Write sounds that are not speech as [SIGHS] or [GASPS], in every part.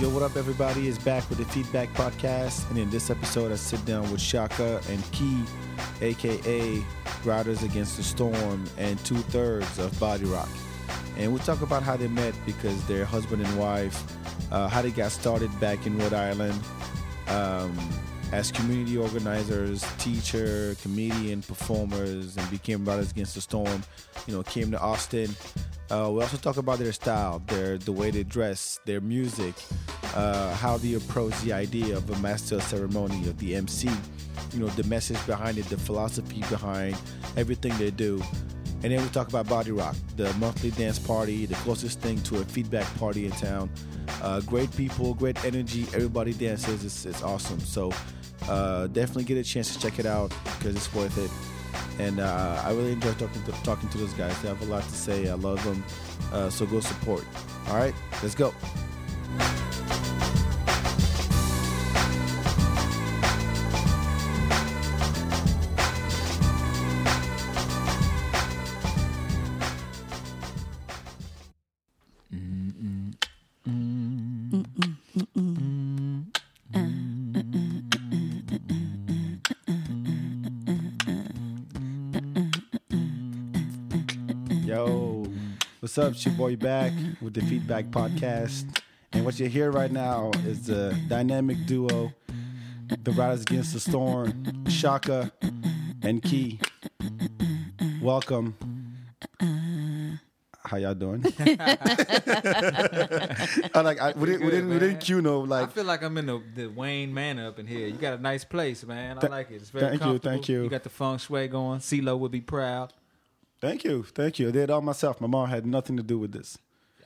Yo, what up, everybody? Is back with the Feedback Podcast, and in this episode, I sit down with Shaka and Key, aka Riders Against the Storm, and two thirds of Body Rock. And we'll talk about how they met because they're husband and wife, uh, how they got started back in Rhode Island um, as community organizers, teacher, comedian, performers, and became Riders Against the Storm. You know, came to Austin. Uh, we also talk about their style, their the way they dress, their music, uh, how they approach the idea of a master ceremony of the MC. You know, the message behind it, the philosophy behind everything they do. And then we talk about Body Rock, the monthly dance party, the closest thing to a feedback party in town. Uh, great people, great energy, everybody dances. It's, it's awesome. So uh, definitely get a chance to check it out because it's worth it and uh, I really enjoy talking to, talking to those guys. They have a lot to say. I love them, uh, so go support. All right, let's go. Yo, what's up? It's your boy back with the Feedback Podcast. And what you hear right now is the dynamic duo, the Riders Against the Storm, Shaka and Key. Welcome. How y'all [LAUGHS] doing? I like I, we didn't we Good, didn't we didn't man. cue no like I feel like I'm in the, the Wayne Manor up in here. You got a nice place, man. I Th- like it. It's very thank you, comfortable. thank you. You got the feng shui going. CeeLo would be proud. thank you thank you. I did it all myself. My mom had nothing to do with this.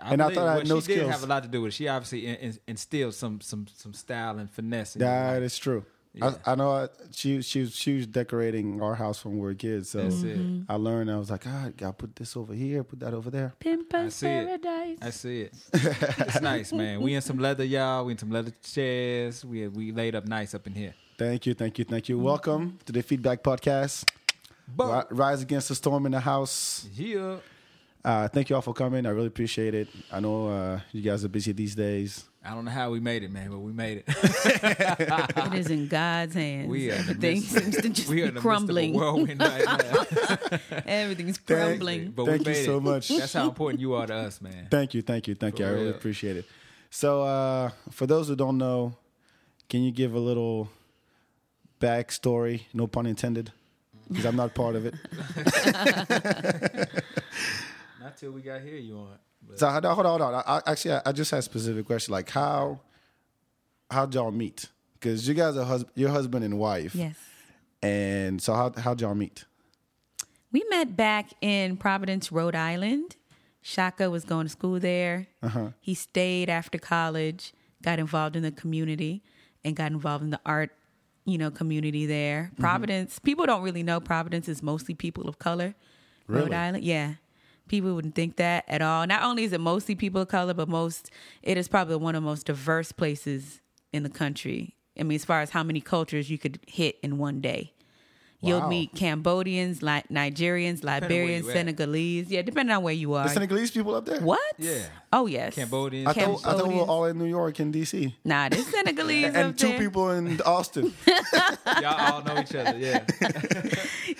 And I believe- thought I had well, no she did skills. have a lot to do with it. She obviously in, in, instilled some some some style and finesse. In your That life. is true. Yeah. I, I know I, she she was she was decorating our house when we were kids. So That's it. I learned I was like, ah, I gotta put this over here, put that over there. I Pimper's see it. [LAUGHS] Paradise. I see [LAUGHS] it. it's nice, man. We in some leather, y'all. We in some leather chairs. We we laid up nice up in here. Thank you, thank you, thank you. Welcome to the Feedback Podcast. But Ri- Rise against the storm in the house. yeah, Uh, thank you all for coming. I really appreciate it. I know uh, you guys are busy these days. I don't know how we made it, man, but we made it. It is in God's hands. We are in the Everything midst of- [LAUGHS] seems to just we are be in the crumbling. midst of a whirlwind right now. Everything's Thank- crumbling. But Thank we you made so it. much. That's how important you are to us, man. Thank you, thank you, thank you. I For really real. appreciate it. So, uh, for those who don't know, can you give a little backstory? No pun intended, because I'm not part of it. Not till we got here, you on. But So hold on, hold on. Hold on. I, I, actually, I, I just had a specific question. Like, how how'd y'all meet? Because you guys are hus- your husband and wife. Yes. And so how how'd y'all meet? We met back in Providence, Rhode Island. Shaka was going to school there. He stayed after college, got involved in the community, and got involved in the art, you know, community there. Providence, people don't really know Providence is mostly people of color. Rhode Really? Island, yeah. People wouldn't think that at all. Not only is it mostly people of color, but most it is probably one of the most diverse places in the country. I mean, as far as how many cultures you could hit in one day. Wow. You'll meet Cambodians, Li- Nigerians, Liberians, you at. Senegalese. Yeah, depending on where you are. The Senegalese people up there. what? Yeah. Oh yes. Cambodians. I thought, I thought we were Cambodians. all in New York and DC. Nah, [LAUGHS] there's Senegalese And up two there. people [LAUGHS] in Austin. y'all all know each other, yeah.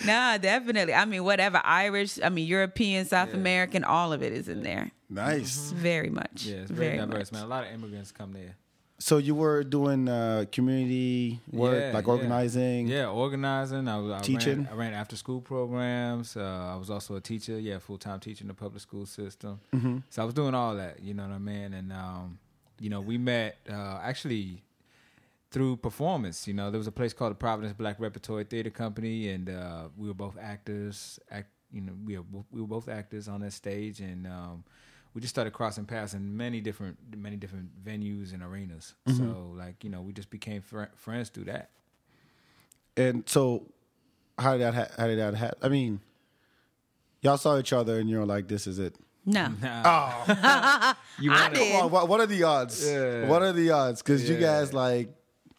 Nah, definitely. I mean, whatever. Irish. I mean, European, South American. All of it is in there. nice. Very much. Yeah, it's very, diverse, much. man. A lot of immigrants come there. So you were doing uh, community work, Yeah, like yeah. organizing. Yeah, organizing. I, was- I Teaching. Ran, I ran after school programs. Uh, I was also a teacher. Yeah, full time teacher in the public school system. So I was doing all that. You know what I mean? And um, you know, we met uh, actually through performance. You know, there was a place called the Providence Black Repertory Theater Company, and uh, we were both actors. Act, you know, we were, we were both actors on that stage, and um, we just started crossing paths in many different many different venues and arenas. So like you know, we just became fr- friends through that. And so how did that ha- how did that happen? I mean, y'all saw each other and you're like, this is it. No. [LAUGHS] You I wanna- did. Oh. Well, what, what are the odds? Yeah. What are the odds? Because you Yeah. guys, like,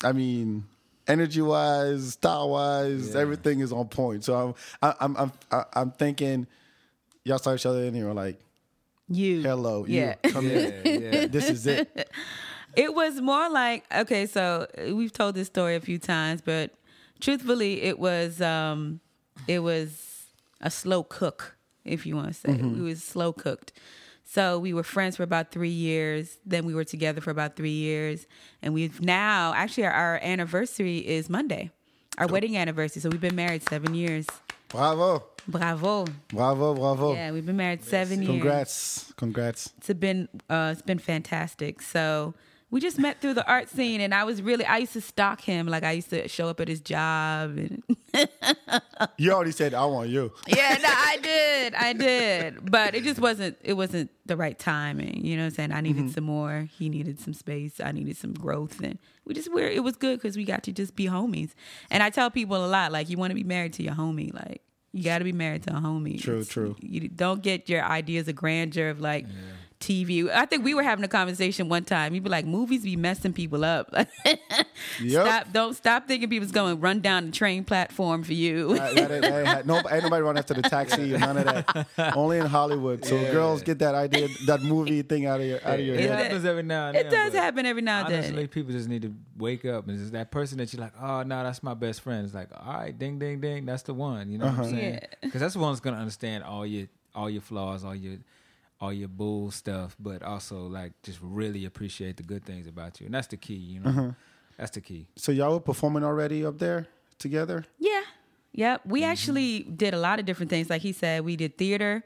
I mean, energy wise, style wise, Yeah. everything is on point. So I'm, I- I'm, I'm, I- I'm thinking, y'all saw each other and you were like, You. "Hello, you Yeah. come in. [LAUGHS] yeah, yeah. This is it." It was more like okay, so uh, we've told this story a few times, but truthfully, it was um, it was a slow cook, if you want to say. We was slow cooked. So we were friends for about three years. Then we were together for about three years, and we've now actually our, our anniversary is Monday, our wedding anniversary. So we've been married seven years. Bravo. Bravo! Bravo, bravo. Yeah, we've been married seven years Oh. Congrats. Congrats. it's been uh, it's been fantastic. So we just met through the art scene, and I was really I used to stalk him. Like I used to show up at his job, and You already said I want you. yeah, no, I did, I did, but it just wasn't it wasn't the right timing. You know what I'm saying? I needed some more. He needed some space. I needed some growth, and we just were it was good because we got to just be homies. And I tell people a lot like you want to be married to your homie, like. You got to be married to a homie. True, true. You don't get your ideas of grandeur of like TV. I think we were having a conversation one time. You'd be like, movies be messing people up. [LAUGHS] Yep. Stop, don't stop thinking people's going to run down the train platform for you. That- that ain't- that ain't ha- no, ain't nobody run after the taxi, none of that. Only in Hollywood. So girls get that idea, that movie thing out of your out of your It head. happens every now and then. [LAUGHS] it does but happen every now and then. Honestly, people just need to wake up. And it's that person that you're like, oh, no, that's my best friend. It's like, all right, ding, ding, ding. That's the one. You know Uh-huh. what I'm saying? Because that's the one that's going to understand all your all your flaws, all your all your bull stuff, but also like just really appreciate the good things about you. And that's the key, you know? Uh-huh. That's the key. So y'all were performing already up there together? Yeah. Yep. We actually did a lot of different things. Like he said, we did theater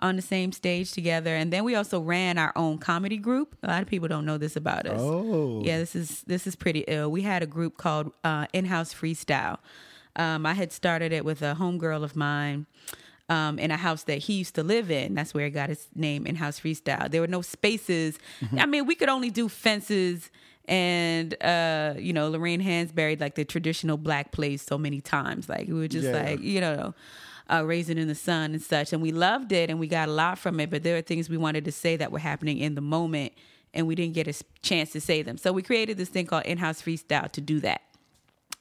on the same stage together. And then we also ran our own comedy group. A lot of people don't know this about us. Oh. Yeah, this is this is pretty ill. We had a group called uh, In House Freestyle. Um, I had started it with a homegirl of mine um, in a house that he used to live in. That's where it got its name, In House Freestyle. There were no spaces. I mean, we could only do fences and uh, you know Lorraine Hansberry, like the traditional black plays, so many times. Like we were just Yeah. like you know. Uh, raising in the sun and such, and we loved it, and we got a lot from it. But there were things we wanted to say that were happening in the moment, and we didn't get a s- chance to say them. So we created this thing called in-house freestyle to do that.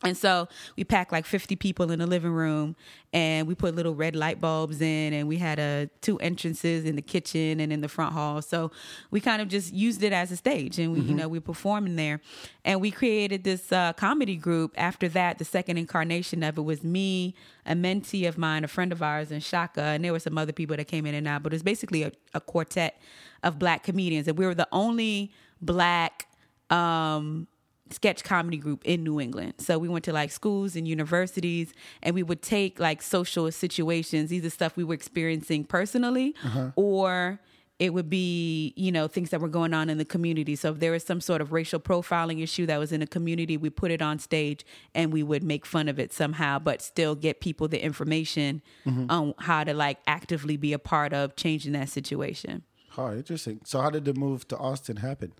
And so we packed like 50 people in the living room and we put little red light bulbs in and we had uh, two entrances in the kitchen and in the front hall. So we kind of just used it as a stage and we, you know, we performing there. And we created this uh, comedy group. After that, the second incarnation of it was me, a mentee of mine, a friend of ours, and Shaka. And there were some other people that came in and out, but it was basically a, a quartet of black comedians. And we were the only black um, sketch comedy group in New England. So we went to like schools and universities and we would take like social situations, either stuff we were experiencing personally or it would be, you know, things that were going on in the community. So if there was some sort of racial profiling issue that was in the community, we put it on stage and we would make fun of it somehow, but still get people the information on how to like actively be a part of changing that situation. Oh, interesting. So how did the move to Austin happen?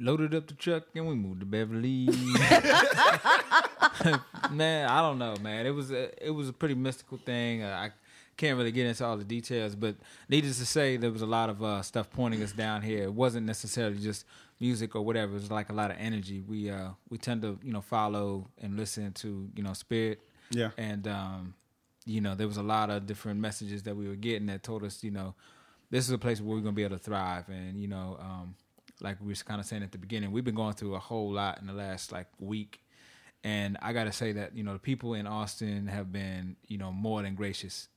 loaded up the truck and we moved to Beverly. man, I don't know, man. It was a, it was a pretty mystical thing. Uh, I can't really get into all the details, but needless to say, there was a lot of uh, stuff pointing us down here. It wasn't necessarily just music or whatever. It was like a lot of energy. We uh we tend to you know follow and listen to you know spirit. Yeah. and um you know there was a lot of different messages that we were getting that told us you know this is a place where we're gonna be able to thrive and you know um like we was kind of saying at the beginning we've been going through a whole lot in the last like week and i gotta say that you know the people in austin have been you know more than gracious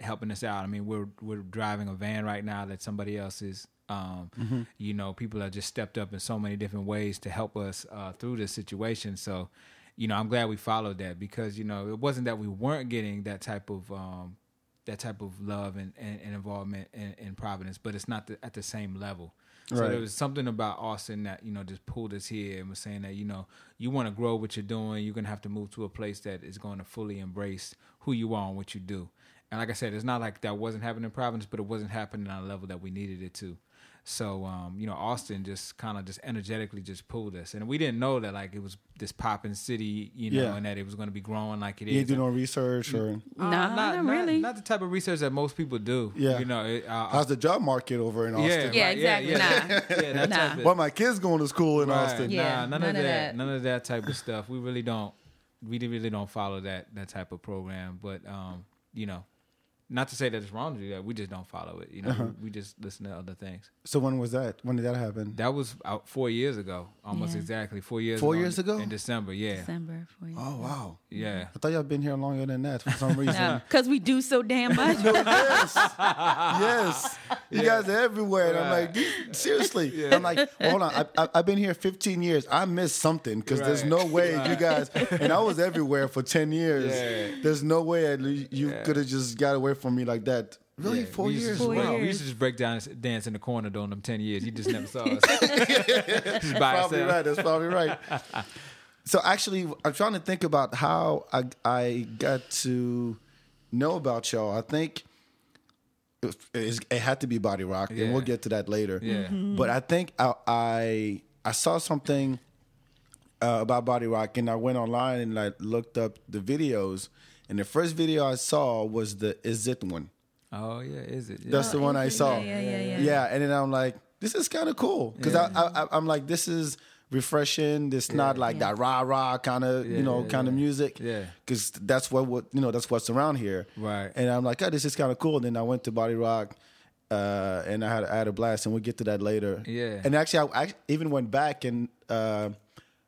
helping us out. I mean, we're we're driving a van right now that somebody else is. Um, You know, people have just stepped up in so many different ways to help us uh, through this situation. So, you know, I'm glad we followed that because you know it wasn't that we weren't getting that type of um, that type of love and, and, and involvement in, in Providence, but it's not the, at the same level. So Right. there was something about Austin that you know just pulled us here and was saying that you know you want to grow what you're doing, you're gonna have to move to a place that is going to fully embrace who you are and what you do. And like I said, it's not like that wasn't happening in Providence, but it wasn't happening on a level that we needed it to. So um, you know, Austin just kind of just energetically just pulled us, and we didn't know that like it was this popping city, you know, Yeah. and that it was going to be growing like it is. Uh, You didn't do no research or No, Uh, not, really. Not the type of research that most people do. Yeah. you know, it, uh, how's the job market over in yeah, Austin? Yeah, right, [LAUGHS] exactly. yeah, yeah, that Nah. type of- Well, my kids going to school in Right. Austin. Yeah. nah, none, of, that, None of that type of stuff. We really don't. We really don't follow that that type of program. But um, you know, Not to say that it's wrong to do that. We just don't follow it. You Uh-huh. know, we just listen to other things. So when was that? When did that happen? That was out four years ago, almost Yeah. exactly four years. Four ago years in- ago? in December. Yeah, December for you. Oh wow! yeah. I thought y'all been here longer than that for some reason. Because we do so damn much. yes, yes. You guys are everywhere, and I'm like, "These- seriously. I'm like, well, hold on. I, I, I've been here 15 years. I missed something because there's Right. no way you guys. And I was everywhere for 10 years. Yeah. There's no way I, you could have just got away from me like that. Really, Yeah, four we used to years? just Four break- wow. We years. used to just break down and s- dance in the corner during them ten years. You just never [LAUGHS] saw us. just by probably ourselves. right. That's probably right. [LAUGHS] so actually, I'm trying to think about how I I got to know about y'all. I think it, it's- it had to be Body Rock, and we'll Yeah. get to that later. Yeah. But I think I I, I saw something uh, about Body Rock, and I went online and I looked up the videos. And the first video I saw was the Is It one. Oh yeah, is it? Yeah. That's the one I yeah, saw. yeah, yeah, yeah. and then I'm like, this is kind of cool because I, I, I'm like, this is refreshing. It's not like that rah rah kind of you know yeah, kind of music. Yeah. because that's what, what you know that's what's around here. Right. And I'm like, oh, this is kind of cool. And then I went to Body Rock. Uh, and I had, I had a blast, and we'll get to that later. Yeah. And actually, I, I even went back and uh,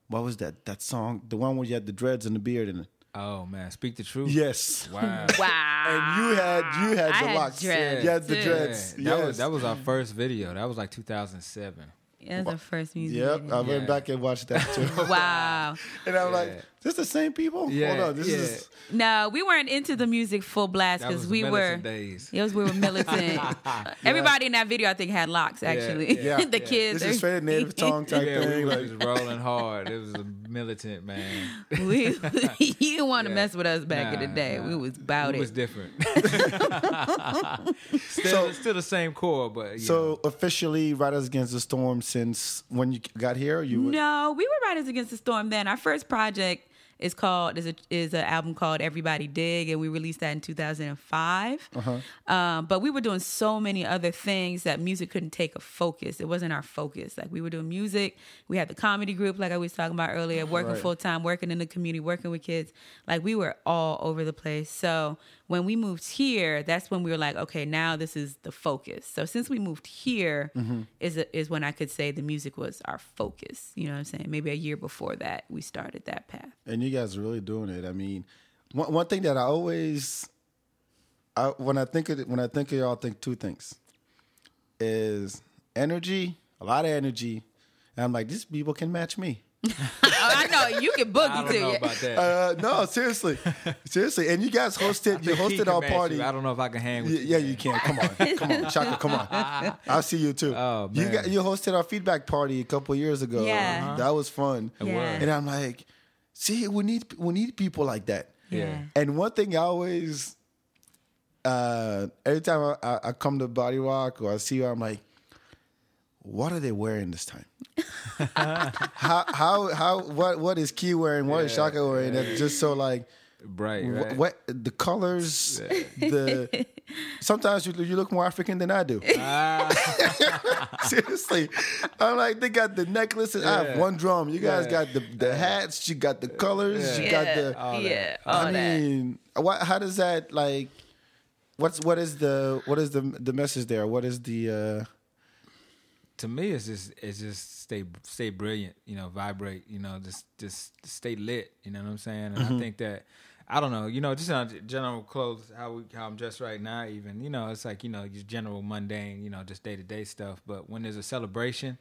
what was that? That song, the one where you had the dreads and the beard in it. oh man, speak the truth. Yes. Wow. wow. And you had you had I the had locks. dreads, You had the too. Yeah, dreads. That was Yes. that was our first video. That was like 2007. That's the first music. Yep, I video. went Yeah. back and watched that [LAUGHS] too. Wow. and I'm like, Yeah. this the same people? Yeah, Hold on, this yeah. is No, we weren't into the music full blast That because was we were. militant days. It was we [LAUGHS] were militant. Everybody in that video, I think, had locks. [LAUGHS] Actually, yeah, [LAUGHS] the yeah. kids. this is straight [LAUGHS] native tongue type Yeah, we thing. were Like, just rolling hard. It was a militant man. [LAUGHS] we, you didn't want to Yeah. mess with us back in the Nah, day. nah. We was about It it. was different. [LAUGHS] still, So- still the same core, but you know. so officially, Riders Against the Storm since when you got here, you were- no, we were Riders Against the Storm then. Our first project is called is a, is an album called Everybody Dig, and we released that in 2005. Um, but we were doing so many other things that music couldn't take a focus. It wasn't our focus. Like we were doing music. We had the comedy group, like I was talking about earlier, working Right. full time, working in the community, working with kids. Like we were all over the place. So when we moved here, that's when we were like, okay, now this is the focus. So since we moved here, Mm-hmm. is is when I could say the music was our focus. You know what I'm saying? Maybe a year before that, we started that path. and you guys are really doing it. I mean, one, one thing that I always, I, when I think of it, when I think of y'all, I think two things: is energy, a lot of energy, and I'm like, these people can match me. [LAUGHS] Oh, I know you can I boogie don't to know it. [LAUGHS] about that. Uh, no, seriously, [LAUGHS] seriously, and you guys hosted, you The key hosted our command you. party. I don't know if I can hang with Y- you. Yeah, you can. Come [LAUGHS] on, come on, Shaka, come on. [LAUGHS] I'll see you too. Oh, You man. got, you hosted our feedback party a couple years ago. Yeah. Uh-huh. that was fun. Yeah. And I'm like, see, we need we need people like that. Yeah. And one thing I always, uh, every time I, I, I come to Body Rock or I see you, I'm like, what are they wearing this [LAUGHS] time? how how how what what is Key wearing? What is Yeah, Shaka wearing? That's just so like Bright, Wh- right? What the colors? [LAUGHS] The sometimes you you look more African than I do. [LAUGHS] Ah. Seriously, I'm like they got the necklaces. I have Yeah. one drum. You guys Yeah. got the the hats. You got the colors. You got yeah, the. yeah, all I that. mean, what? How does that like? What's what is the what is the the message there? What is the? uh to me it's just it's just stay stay brilliant you know vibrate you know just just stay lit you know what i'm saying and Mm-hmm. i think that i don't know you know just on general clothes how we how i'm dressed right now even you know it's like you know just general mundane you know just day-to-day stuff but when there's a celebration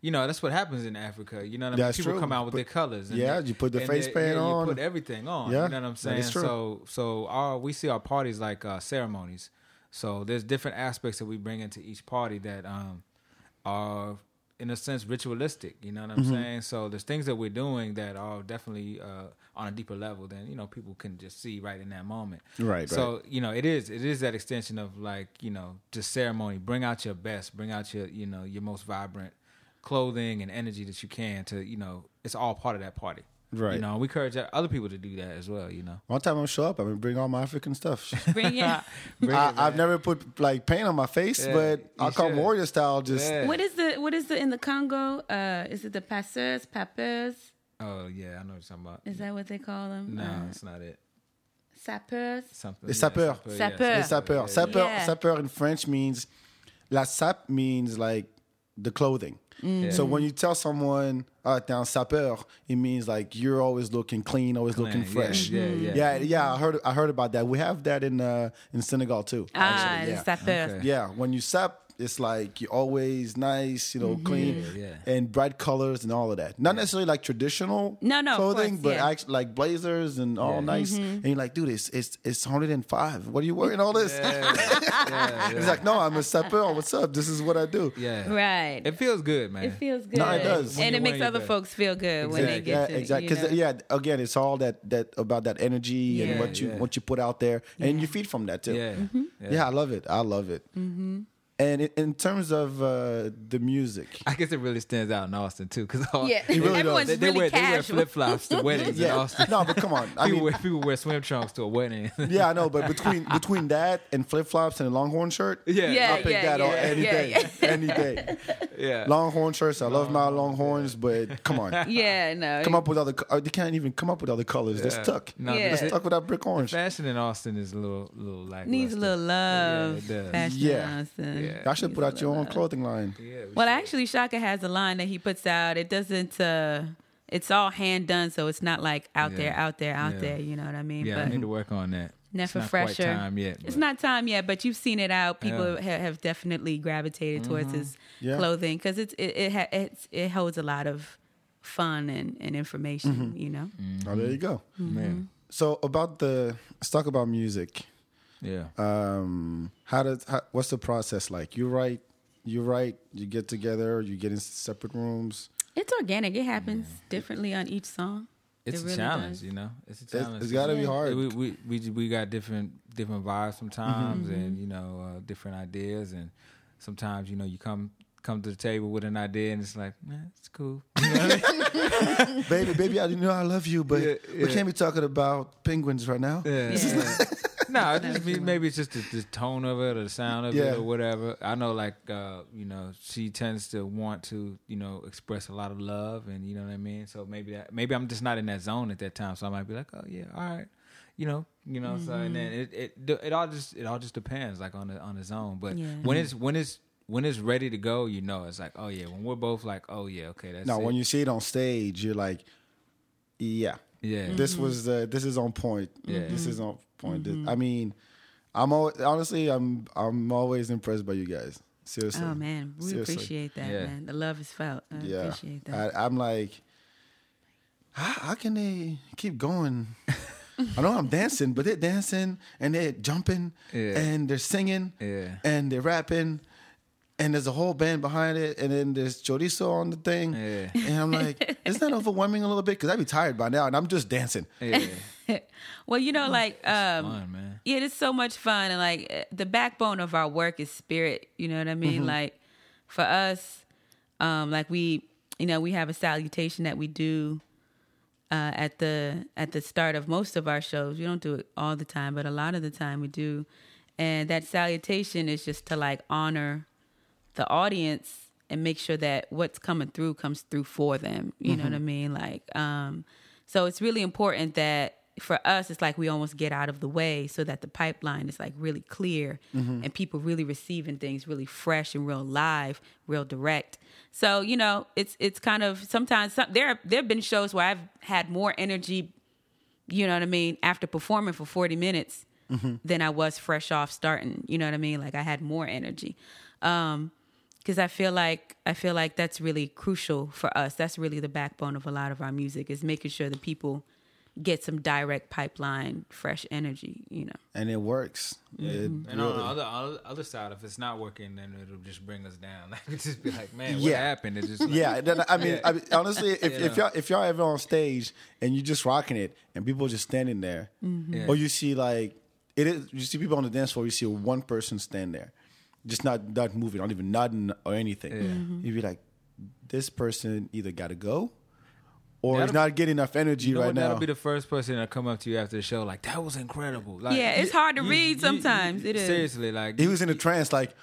you know that's what happens in Africa. You know what I mean. That's People true. come out with Put- their colors. And yeah, they- you put the and face they- paint yeah, on. You put everything on. Yeah, you know what I'm that saying. is true. So so our we see our parties like uh, ceremonies. So there's different aspects that we bring into each party that um, are in a sense ritualistic. You know what I'm Mm-hmm. saying? So there's things that we're doing that are definitely uh, on a deeper level than you know people can just see right in that moment. Right, So you know it is it is that extension of like you know just ceremony. Bring out your best. Bring out your you know your most vibrant clothing and energy that you can to you know it's all part of that party. Right. You know, we encourage other people to do that as well. You know. One time I'm show up. I'm gonna bring all my African stuff. Bring [LAUGHS] it. [LAUGHS] Bring I, it, I've man. never put like paint on my face, Yeah, but you I'll come should. warrior style. Just Yeah. What is the what is the in the Congo? Uh, is it the passeurs, papers? Oh yeah, I know what you're talking about. Is that what they call them? No, Uh, it's not it. Sapeurs. Something. Les yeah, sapeurs. sapeur, Sapeur. yeah, Yeah. Les sapeurs. yeah, yeah. Sapeur, Yeah. sapeur in French means, la sap means like the clothing. Mm. So when you tell someone, uh, down sapeur, it means like you're always looking clean, always looking yeah, fresh. yeah, yeah. yeah, yeah, I heard, I heard about that. We have that in uh, in Senegal too. Ah, actually, les yeah. sapeurs. Okay. Yeah, when you sap, it's like you're always nice, you know, Mm-hmm. clean, Yeah, yeah. and bright colors and all of that. Not necessarily like traditional No, no, of clothing, course, but yeah. Mm-hmm. actually like blazers and all Yeah. nice. And you're like, dude, it's it's it's 105. What are you wearing all this? [LAUGHS] He's like, no, I'm a sapper. Oh, What's up? This is what I do. Yeah. Right. It feels good, man. It feels good. No, it does. When And you it makes wear it, other yeah. folks feel good when they Exactly. get yeah, to exactly. You know? Because yeah, again, it's all that that about that energy and Yeah. what you Yeah. what you put out there, and you feed from that too. yeah. Mm-hmm. Yeah, I love it. I love it. And in, in terms of uh, the music, I guess it really stands out in Austin too, because Yeah. It really [LAUGHS] Everyone's they, they really wear, they wear casual. flip flops [LAUGHS] to weddings in yeah, Austin. no, but come [LAUGHS] on. I people, mean, wear, people wear swim trunks to a wedding. [LAUGHS] yeah, I know, but between between that and flip flops and a Longhorn shirt, yeah, I'll Yeah. pick that on any yeah, day, yeah. any [LAUGHS] day. yeah. Longhorn shirts. I love my Longhorns, but come on, Yeah, no. come up with other. co- uh, They can't even come up with other colors. They're Yeah. stuck. No, Yeah. They're the- stuck with that brick orange. fashion in Austin is a little, little It lackluster. needs a little love. Yeah, it does. Fashion Yeah. Austin. Yeah. Y'all should put out your own clothing line. Yeah, we Well, should. actually, Shaka has a line that he puts out. It doesn't. uh It's all hand done, so it's not like out Yeah. there, out there, out Yeah. there. You know what I mean? yeah, I but need to work on that. never it's not fresher. Quite time yet, It's but- not time yet, but you've seen it out. People ha- have definitely gravitated towards his Mm-hmm. Yeah. clothing because it's it it, ha- it's, it holds a lot of fun and, and information. You know. Oh, there you go. Man, So about the let's talk about music. Mm-hmm. yeah. Um, how does how, what's the process like? You write, you write, you get together, you get in separate rooms. It's organic. It happens differently on each song. it's it a really challenge, does. you know. It's a It's, challenge. it's got to be hard. We, we we we got different different vibes sometimes, and you know, uh, different ideas, and sometimes you know you come come to the table with an idea, and it's like, man, it's cool. baby, baby, I know I love you, but Yeah, we yeah. can't be talking about penguins right now. Yeah. Yeah. [LAUGHS] no, it just be, maybe it's just the, the tone of it or the sound of Yeah. it or whatever. I know, like uh, you know, she tends to want to you know express a lot of love, and you know what I mean. So maybe that maybe I'm just not in that zone at that time. So I might be like, oh yeah, all right, you know, you know. So and Mm-hmm. then it, it it all just it all just depends like on the on the zone. But Yeah. Mm-hmm. when it's when it's when it's ready to go, you know, it's like oh yeah. When we're both like oh yeah, okay, that's Now, it. when you see it on stage, you're like, yeah, yeah this was uh, this is on point. Yeah. This is on point. This- I mean, I'm always, honestly, I'm I'm always impressed by you guys. Seriously. Oh man, we Seriously. appreciate that, Yeah. man. The love is felt. I yeah, appreciate that. I, I'm like, how, how can they keep going? I know I'm dancing, but they're dancing and they're jumping Yeah. and they're singing Yeah. and they're rapping and there's a whole band behind it and then there's chorizo on the thing Yeah. and I'm like, isn't that overwhelming a little bit? Because I'd be tired by now and I'm just dancing. yeah [LAUGHS] well, you know, like [LAUGHS] um, fun man. Yeah, it's so much fun, and like eh, the backbone of our work is spirit. You know what I Mm-hmm. mean? Like for us, um, like we, you know, we have a salutation that we do uh, at the at the start of most of our shows. We don't do it all the time, but a lot of the time we do. And that salutation is just to like honor the audience and make sure that what's coming through comes through for them. You know what I mean? Like, um, so it's really important that for us, it's like we almost get out of the way so that the pipeline is like really clear and people really receiving things really fresh and real live, real direct. So you know, it's it's kind of sometimes some, there there have been shows where I've had more energy you know what I mean, after performing for 40 minutes than I was fresh off starting. You know what I mean? Like I had more energy. Um, because I feel like I feel like that's really crucial for us. That's really the backbone of a lot of our music is making sure that people get some direct pipeline, fresh energy, you know. [LAUGHS] And it works. It And uh, on really- the other on the other side, if it's not working, then it'll just bring us down. [LAUGHS] Like it just be like, man, what Yeah. [LAUGHS] happened? It just like, Yeah, then, I mean, I mean honestly, if, if y'all if y'all ever on stage and you just rocking it and people just standing there, Yeah. or you see like it is, you see people on the dance floor, you see one person stand there, just not not moving, not even nodding or anything. You'd be like, this person either got to go, or he's That'll- not getting enough energy You know right what? that'll now. be the first person that'll come up to you after the show, like that was incredible. Like, Yeah, it's hard to read sometimes. It is. seriously like he was in a trance, like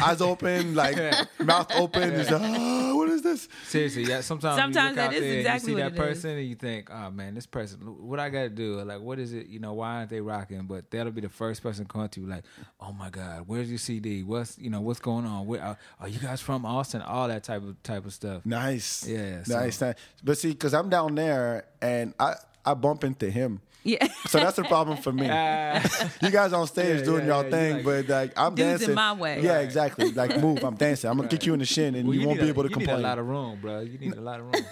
eyes open, [LAUGHS] like mouth open. Just like, "Ah, what is this? Seriously, yeah. Sometimes, you look Sometimes that out is there and exactly you see what that it is. person and you think, oh man, this person, what I got to do? Like, what is it? You know, why aren't they rocking? But that'll be the first person coming to you, like, oh my god, where's your CD? What's you know, what's going on? Where are, are you guys from? Austin? All that type of type of stuff. Nice. Yeah, so- Nice. nice. But see, because I'm down there and I, I bump into him. Yeah. So that's the problem for [LAUGHS] me. [LAUGHS] Ah. You guys on stage Yeah, doing yeah, y'all yeah, thing, you but like I'm Dudes in dancing my way. Yeah, Right. exactly. Like move, I'm dancing. I'm gonna kick you in the shin, and Well, you, won't need be a- able to you complain. Need a lot of room, bro. You need a lot of room.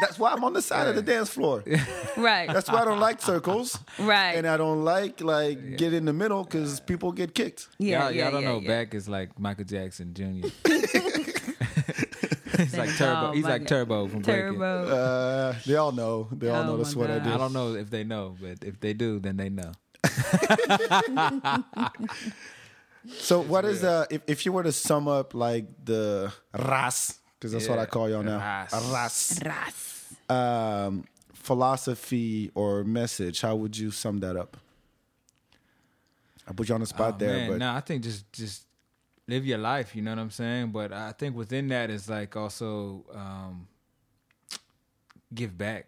That's why I'm on the side of the dance floor. [LAUGHS] right. That's why I don't like circles, Right. and uh, I don't like like get in the middle because people get kicked. [LAUGHS] yeah, y'all, yeah, y'all don't yeah, know. yeah. Back is like Michael Jackson [LAUGHS] Jr. he's like turbo. Oh, He's my like God. turbo from Breaking. Turbo. Uh, they all know. They all Oh know my that's what I God. do. I don't know if they know, but if they do, then they know. So what is uh if, if you were to sum up like the ras because that's what Yeah, I call y'all now ras. ras Ras. um philosophy or message how would you sum that up? I put you on the spot Oh, there, man, but no, I think just just live your life. You know what I'm saying? But I think within that is like also um, give back.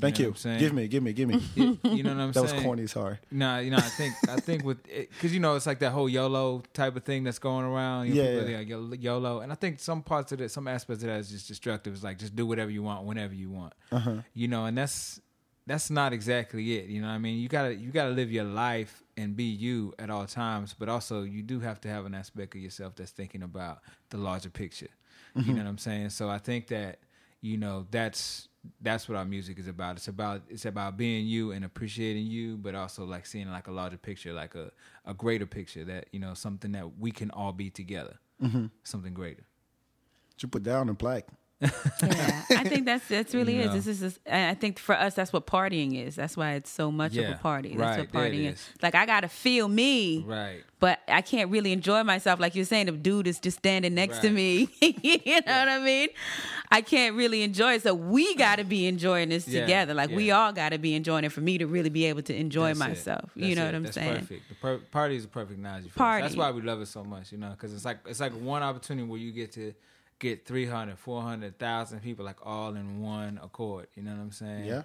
thank know you. what I'm saying? Give me, give me, give me. You, you know what [LAUGHS] [LAUGHS] I'm that was saying? corny. Sorry. Nah, you know, I think I think with because you know it's like that whole YOLO type of thing that's going around. You know, Yeah, people, yeah. they are like, YOLO, and I think some parts of it, some aspects of that is just destructive. It's like just do whatever you want, whenever you want. Uh-huh. You know, and that's that's not exactly it. You know, what I mean, you gotta you gotta live your life and be you at all times, but also you do have to have an aspect of yourself that's thinking about the larger picture. Mm-hmm. You know what I'm saying? So I think that you know that's that's what our music is about it's about it's about being you and appreciating you but also like seeing like a larger picture like a, a greater picture that you know something that we can all be together something greater You put down in black. Yeah, I think that's that's really Yeah. is. This is just, I I think for us that's what partying is. That's why it's so much of Yeah, a party. That's right, what there it partying is. is. Like I gotta feel me, right but I can't really enjoy myself. Like you're saying, the dude is just standing next to Right. me. [LAUGHS] you know what I mean? I can't really enjoy it. So we gotta be enjoying this Yeah, together. Like we yeah. all gotta be enjoying it for me to really be able to enjoy That's it. myself. That's You know it. what I'm That's saying? Perfect. The per- party is a perfect analogy. For Party. Us. That's why we love it so much, you know, because it's like it's like one opportunity where you get to get 300, 400,000 people like all in one accord. You know what I'm saying? Yeah.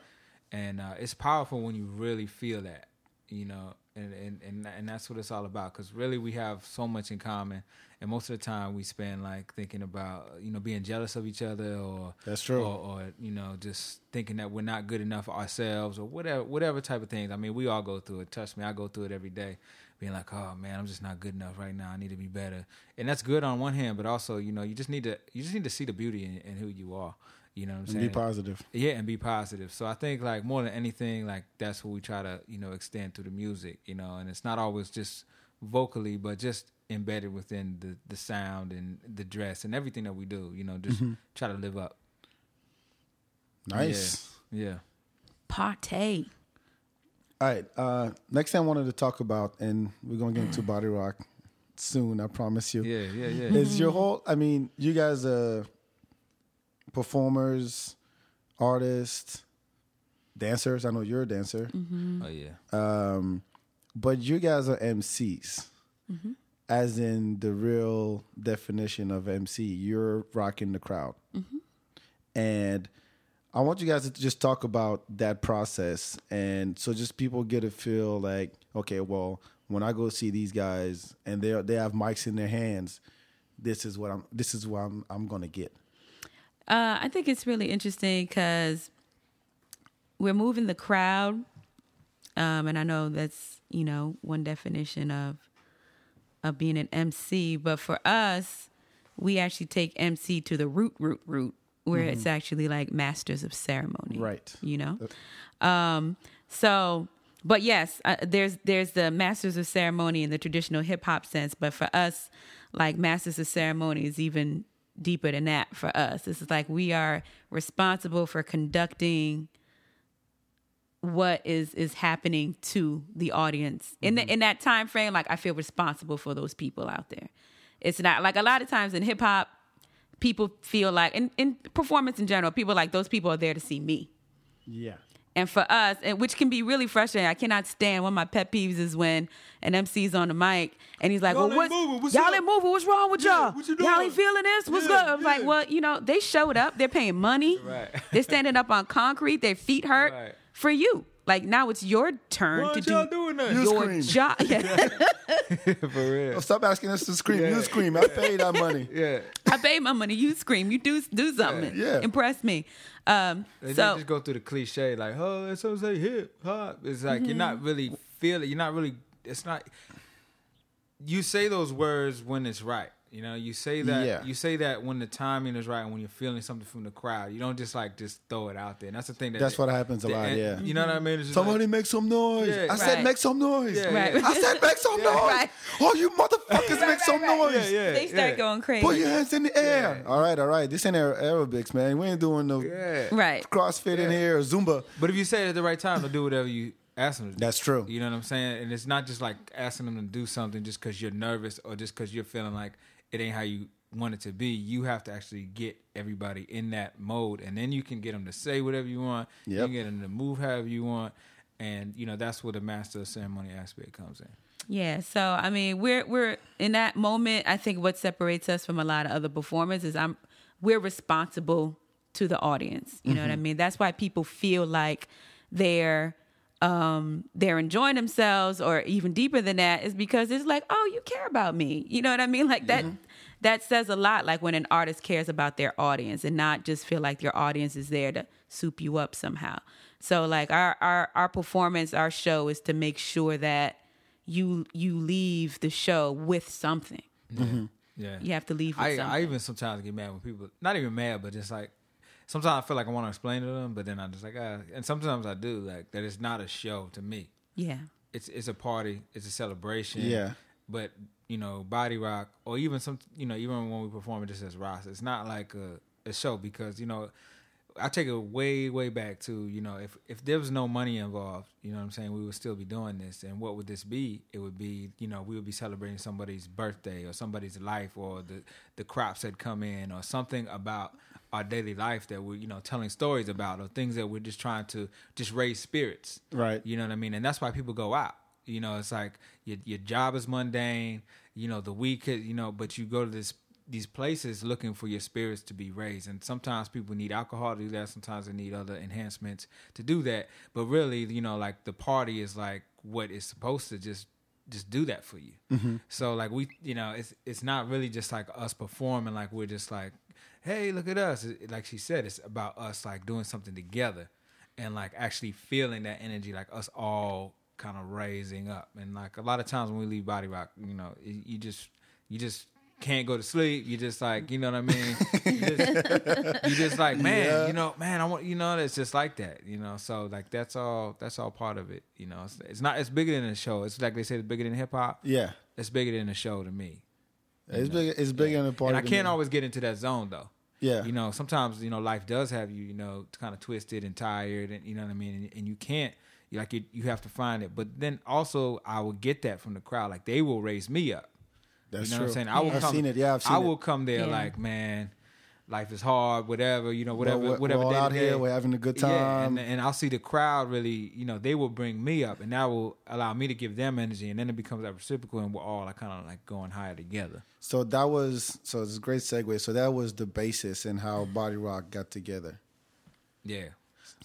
And uh, it's powerful when you really feel that, you know, and and and, and that's what it's all about. Because really, we have so much in common. And most of the time, we spend like thinking about you know being jealous of each other, or That's true. or or, or you know just thinking that we're not good enough for ourselves or whatever whatever type of things i mean we all go through it trust me i go through it every day being like oh man i'm just not good enough right now i need to be better and that's good on one hand but also you know you just need to you just need to see the beauty in, in who you are you know what i'm And saying be positive. yeah, and be positive. So I think like more than anything, like that's what we try to you know extend through the music, you know, and it's not always just vocally, but just embedded within the the sound and the dress and everything that we do, you know, just Mm-hmm. try to live up. Nice. Yeah. Partay. All right. Uh, next thing I wanted to talk about, and we're gonna get [CLEARS THROAT] into body rock soon. I promise you. Yeah, yeah, yeah. Is your whole? I mean, you guys are performers, artists, dancers. I know you're a dancer, Oh yeah. um, but you guys are MCs, as in the real definition of MC. You're rocking the crowd, Mm-hmm. and I want you guys to just talk about that process, and so just people get a feel like, okay, well, when I go see these guys and they they have mics in their hands, this is what I'm this is what I'm I'm gonna get. Uh, I think it's really interesting because we're moving the crowd, um, and I know that's you know one definition of of being an MC. But for us, we actually take MC to the root, root, root, where it's actually like masters of ceremony, Right. You know, um, so, but yes, uh, there's there's the masters of ceremony in the traditional hip hop sense, but for us, like masters of ceremony is even deeper than that for us. This is like we are responsible for conducting what is is happening to the audience in the, in that time frame. Like I feel responsible for those people out there. It's not like a lot of times in hip hop, people feel like in, in performance in general, people are like those people are there to see me Yeah. And for us, and which can be really frustrating, I cannot stand. One of my pet peeves is when an MC's on the mic and he's like, Y'all "Well, ain't what's, moving. What's y'all up? ain't moving? What's wrong with Yeah, y'all? what you all doing? ain't feeling this? What's Yeah, good?" I'm yeah. like, "Well, you know, they showed up. They're paying money. Right. They're standing up on concrete. Their feet hurt Right. for you. Like now, it's your turn Why to aren't do y'all doing that? your You scream. job." [LAUGHS] Yeah. [LAUGHS] For real. Stop asking us to scream. Yeah. You scream. I paid that money. Yeah. I pay my money. You scream. You do do something. Yeah. Impress me. Um, They so just go through the cliche, like, oh, it's so say hip hop. It's like you're not really feeling. You're not really. It's not. You say those words when it's right. You know, you say that. Yeah. You say that when the timing is right and when you're feeling something from the crowd. You don't just like just throw it out there. And that's the thing. That That's what happens a the- lot, and- yeah. You know what I mean? It's just Somebody like- make some noise. Yeah. I said Right. make some noise. Yeah, Right. yeah. I said make some noise. [LAUGHS] Right. Oh, you motherfuckers make some noise. Yeah, yeah, they start yeah. going crazy. Put your hands in the air. All right, all right. This ain't aer- aerobics, man. We ain't doing no yeah. right. CrossFit in here or Zumba. But if you say it at the right time, they'll do whatever you ask them to do. That's true. You know what I'm saying? And it's not just like asking them to do something just because you're nervous or just because you're feeling like it ain't how you want it to be. You have to actually get everybody in that mode, and then you can get them to say whatever you want. You Yep. can get them to move however you want. And you know that's where the master of ceremony aspect comes in. Yeah, so I mean, we're we're in that moment. I think what separates us from a lot of other performers is I'm we're responsible to the audience. You know what I mean? That's why people feel like they're um they're enjoying themselves or even deeper than that is because it's like, "Oh, you care about me." You know what I mean? Like that that says a lot like when an artist cares about their audience and not just feel like your audience is there to soup you up somehow. So like our our our performance, our show is to make sure that you you leave the show with something. Mm-hmm. Yeah, You have to leave with I, something. I even sometimes get mad when people, not even mad, but just like sometimes I feel like I want to explain to them, but then I just like, ah. and sometimes I do like that. It's not a show to me. yeah. It's it's a party. It's a celebration. Yeah. But you know, body rock, or even some, you know, even when we perform it just as Ross, it's not like a, a show because you know, I take it way way back to you know, if if there was no money involved, you know, what I'm saying we would still be doing this, and what would this be? It would be you know, we would be celebrating somebody's birthday or somebody's life or the the crops that come in or something about our daily life that we're you know telling stories about or things that we're just trying to just raise spirits Right. you know what I mean? And that's why people go out. You know, it's like your your job is mundane. You know, the week, is- you know, but you go to this these places looking for your spirits to be raised. And sometimes people need alcohol to do that. Sometimes they need other enhancements to do that. But really, you know, like the party is like what is supposed to just just do that for you. So like we, you know, it's it's not really just like us performing. Like we're just like, hey, look at us. It- like she said, it's about us like doing something together and like actually feeling that energy, like us all kind of raising up. And like a lot of times when we leave Body Rock, you know, it, you just you just can't go to sleep. You just like, you know what I mean? you, just, you just like, man, you know, man, I want, you know, it's just like that, you know. So like that's all that's all part of it, you know. It's, it's not it's bigger than a show. It's like they say, it's bigger than hip hop. Yeah. It's bigger than a show to me. It's big. It's bigger than a party. And I to can't me. always get into that zone though. Yeah. You know, sometimes, you know, life does have you, you know, kind of twisted and tired and you know what I mean? And, and you can't you like you, you have to find it. But then also I will get that from the crowd. Like they will raise me up. That's you know true. what I'm saying? I will I've come, seen it. Yeah, I've seen I it. will come there Yeah. like, man, life is hard, whatever, you know, whatever we're- we're whatever all day to out here, day. we're having a good Yeah, time. and, and I'll see the crowd really, you know, they will bring me up and that will allow me to give them energy and then it becomes that reciprocal and we're all like kind of like going higher together. So that was so it's a great segue. So that was the basis in how Body Rock got together. Yeah,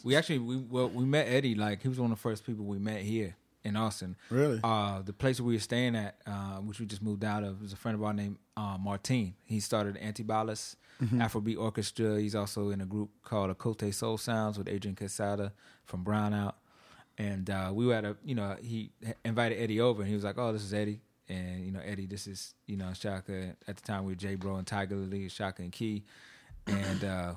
we actually we well we met Eddie like he was one of the first people we met here in Austin. Really? Uh, the place we were staying at, uh, which we just moved out of, was a friend of ours named uh, Martine. He started Antibalas Afrobeat Orchestra. He's also in a group called Acote Soul Sounds with Adrian Quesada from Brownout. And uh, we were at a you know he invited Eddie over and he was like, oh this is Eddie. And you know Eddie, this is you know Shaka. At the time we were J Bro and Tiger Lily, Shaka and Key, and uh,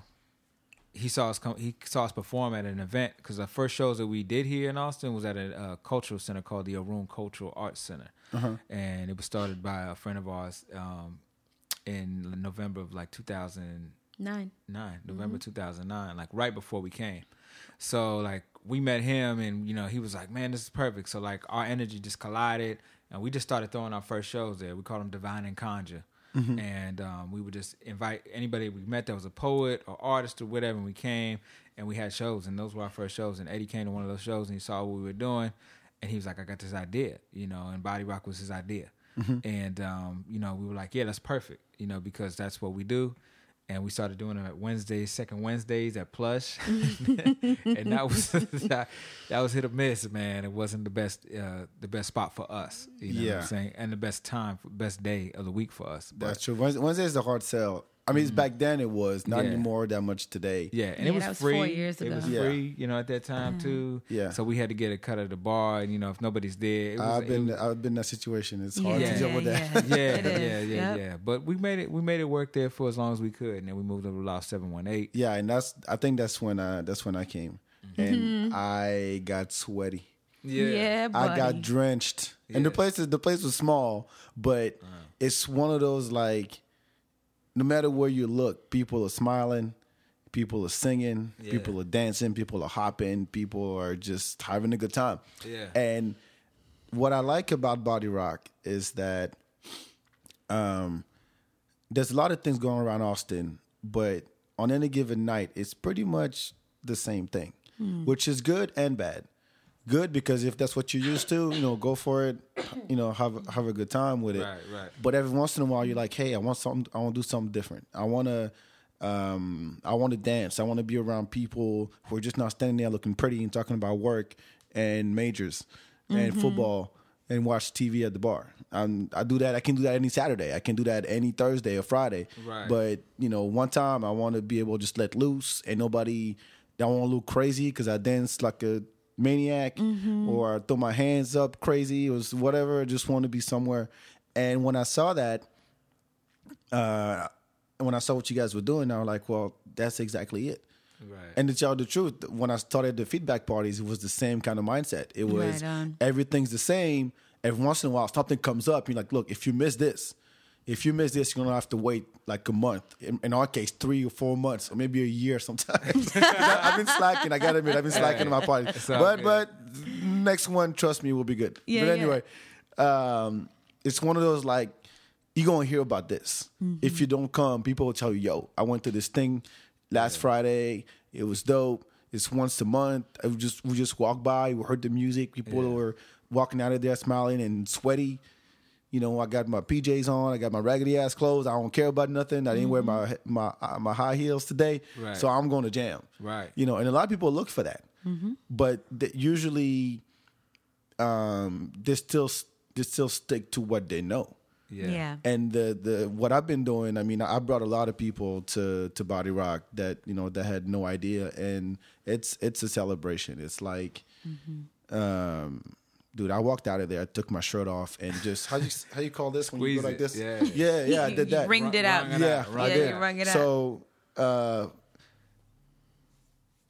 he saw us come. He saw us perform at an event because the first shows that we did here in Austin was at a uh, cultural center called the Arun Cultural Arts Center, and it was started by a friend of ours um, in November of like 2000 Nine. nine, November thousand nine, like right before we came. So like we met him, and you know he was like, "Man, this is perfect." So like our energy just collided, and we just started throwing our first shows there. We called them Divine and Conjure, and um, we would just invite anybody we met that was a poet or artist or whatever. And we came and we had shows, and those were our first shows. And Eddie came to one of those shows and he saw what we were doing, and he was like, "I got this idea," you know. And Body Rock was his idea, and um, you know, we were like, "Yeah, that's perfect," you know, because that's what we do and we started doing them at Wednesdays, second Wednesdays at [LAUGHS] Plush, [LAUGHS] and that was that, that was hit or miss, man. It wasn't the best uh, the best spot for us, you know what Yeah. I'm saying, and the best time, best day of the week for us. But That's true. Wednesday, Wednesday is a hard sell. I mean, it's back then it was not Mm-hmm. Yeah. anymore that much today. yeah, and Yeah, it was, that was free. four years Mm-hmm. It was ago. Yeah. free, you know, at that time too. Yeah. so we had to get a cut of the bar, and you know, if nobody's there, it was, I've it been was- I've been in that situation. It's hard Yeah. to deal with that. [LAUGHS] yeah, It yeah, yeah, is. yeah, Yep. But we made it. We made it work there for as long as we could, and then we moved to the Loft Seven One Eight. [LAUGHS] Yeah, and that's I think that's when I that's when I came, Mm-hmm. and I got sweaty. Yeah, buddy. I got drenched, and the Yeah. Uh-huh. place is- the place was small, but it's one of those like, no matter where you look, people are smiling, people are singing, Yeah. people are dancing, people are hopping, people are just having a good time. Yeah. and what I like about Body Rock is that um, there's a lot of things going around Austin, but on any given night, it's pretty much the same thing, which is good and bad. Good because if that's what you're used to, you know, go for it. You know, have have a good time with it. Right, right. But every once in a while, you're like, hey, I want something. I want to do something different. I want to. Um, I want to dance. I want to be around people who are just not standing there looking pretty and talking about work and majors and football and watch TV at the bar. Um, I do that. I can do that any Saturday. I can do that any Thursday or Friday. Right. But you know, one time I want to be able to just let loose and nobody. I want to look crazy because I dance like a maniac or I throw my hands up crazy or s- whatever. I just want to be somewhere. And when I saw that, uh, when I saw what you guys were doing, I was like, well, that's exactly it. Right. And to tell the truth, when I started the feedback parties, it was the same kind of mindset. It was Right on. everything's the same. Every once in a while, something comes up. You're like, look, if you miss this, if you miss this, you're gonna have to wait like a month. In, in our case, three or four months, or maybe a year sometimes. [LAUGHS] I've been slacking. I gotta admit, I've been slacking in my parties. all But good. but next one, trust me, will be good. Yeah, but yeah. anyway, um, it's one of those like you're gonna hear about this. Mm-hmm. If you don't come, people will tell you, "Yo, I went to this thing last Friday. It was dope. It's once a month. I would just we just walked by. We heard the music. People Yeah. were walking out of there smiling and sweaty. You know, I got my PJs on. I got my raggedy ass clothes. I don't care about nothing. I didn't wear my Mm-hmm. my uh, my high heels today, Right. so I'm going to jam. Right. You know, and a lot of people look for that, Mm-hmm. but th- usually um, they still they still stick to what they know. Yeah. yeah. And the the what I've been doing, I mean, I brought a lot of people to to Body Rock that you know that had no idea, and it's it's a celebration. It's like, Mm-hmm. um, dude, I walked out of there, I took my shirt off, and just how you how you call this when you Squeeze go like it, this? yeah. yeah, yeah, [LAUGHS] I You- did you that. ringed it out. Wrung it yeah, out, I wrung Yeah, did. you wrung it out. so, uh,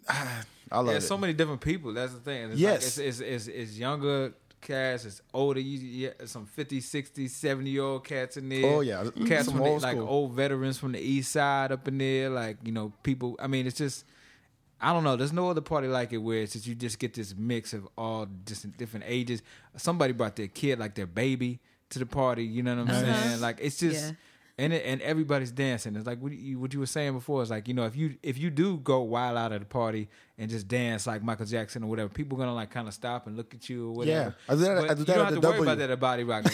[SIGHS] I love Yeah, it. so many different people. That's the thing. It's Yes. like, it's, it's, it's, it's younger cats, it's older, you, yeah, some 50, 60, 70 year old cats in there. Oh, yeah. Cats Some from the, old like school. old veterans from the east side up in there. Like, you know, people. I mean, it's just, I don't know. There's no other party like it where it's just, you just get this mix of all just different ages. Somebody brought their kid, like their baby, to the party. You know what I'm saying? Like, it's just. Yeah. And it, and everybody's dancing. It's like what you, what you were saying before. It's like you know if you if you do go wild out at the party and just dance like Michael Jackson or whatever, people gonna like kind of stop and look at you or whatever. Yeah. I do that- I But do that you at don't have the to worry W. about that at Body Rock.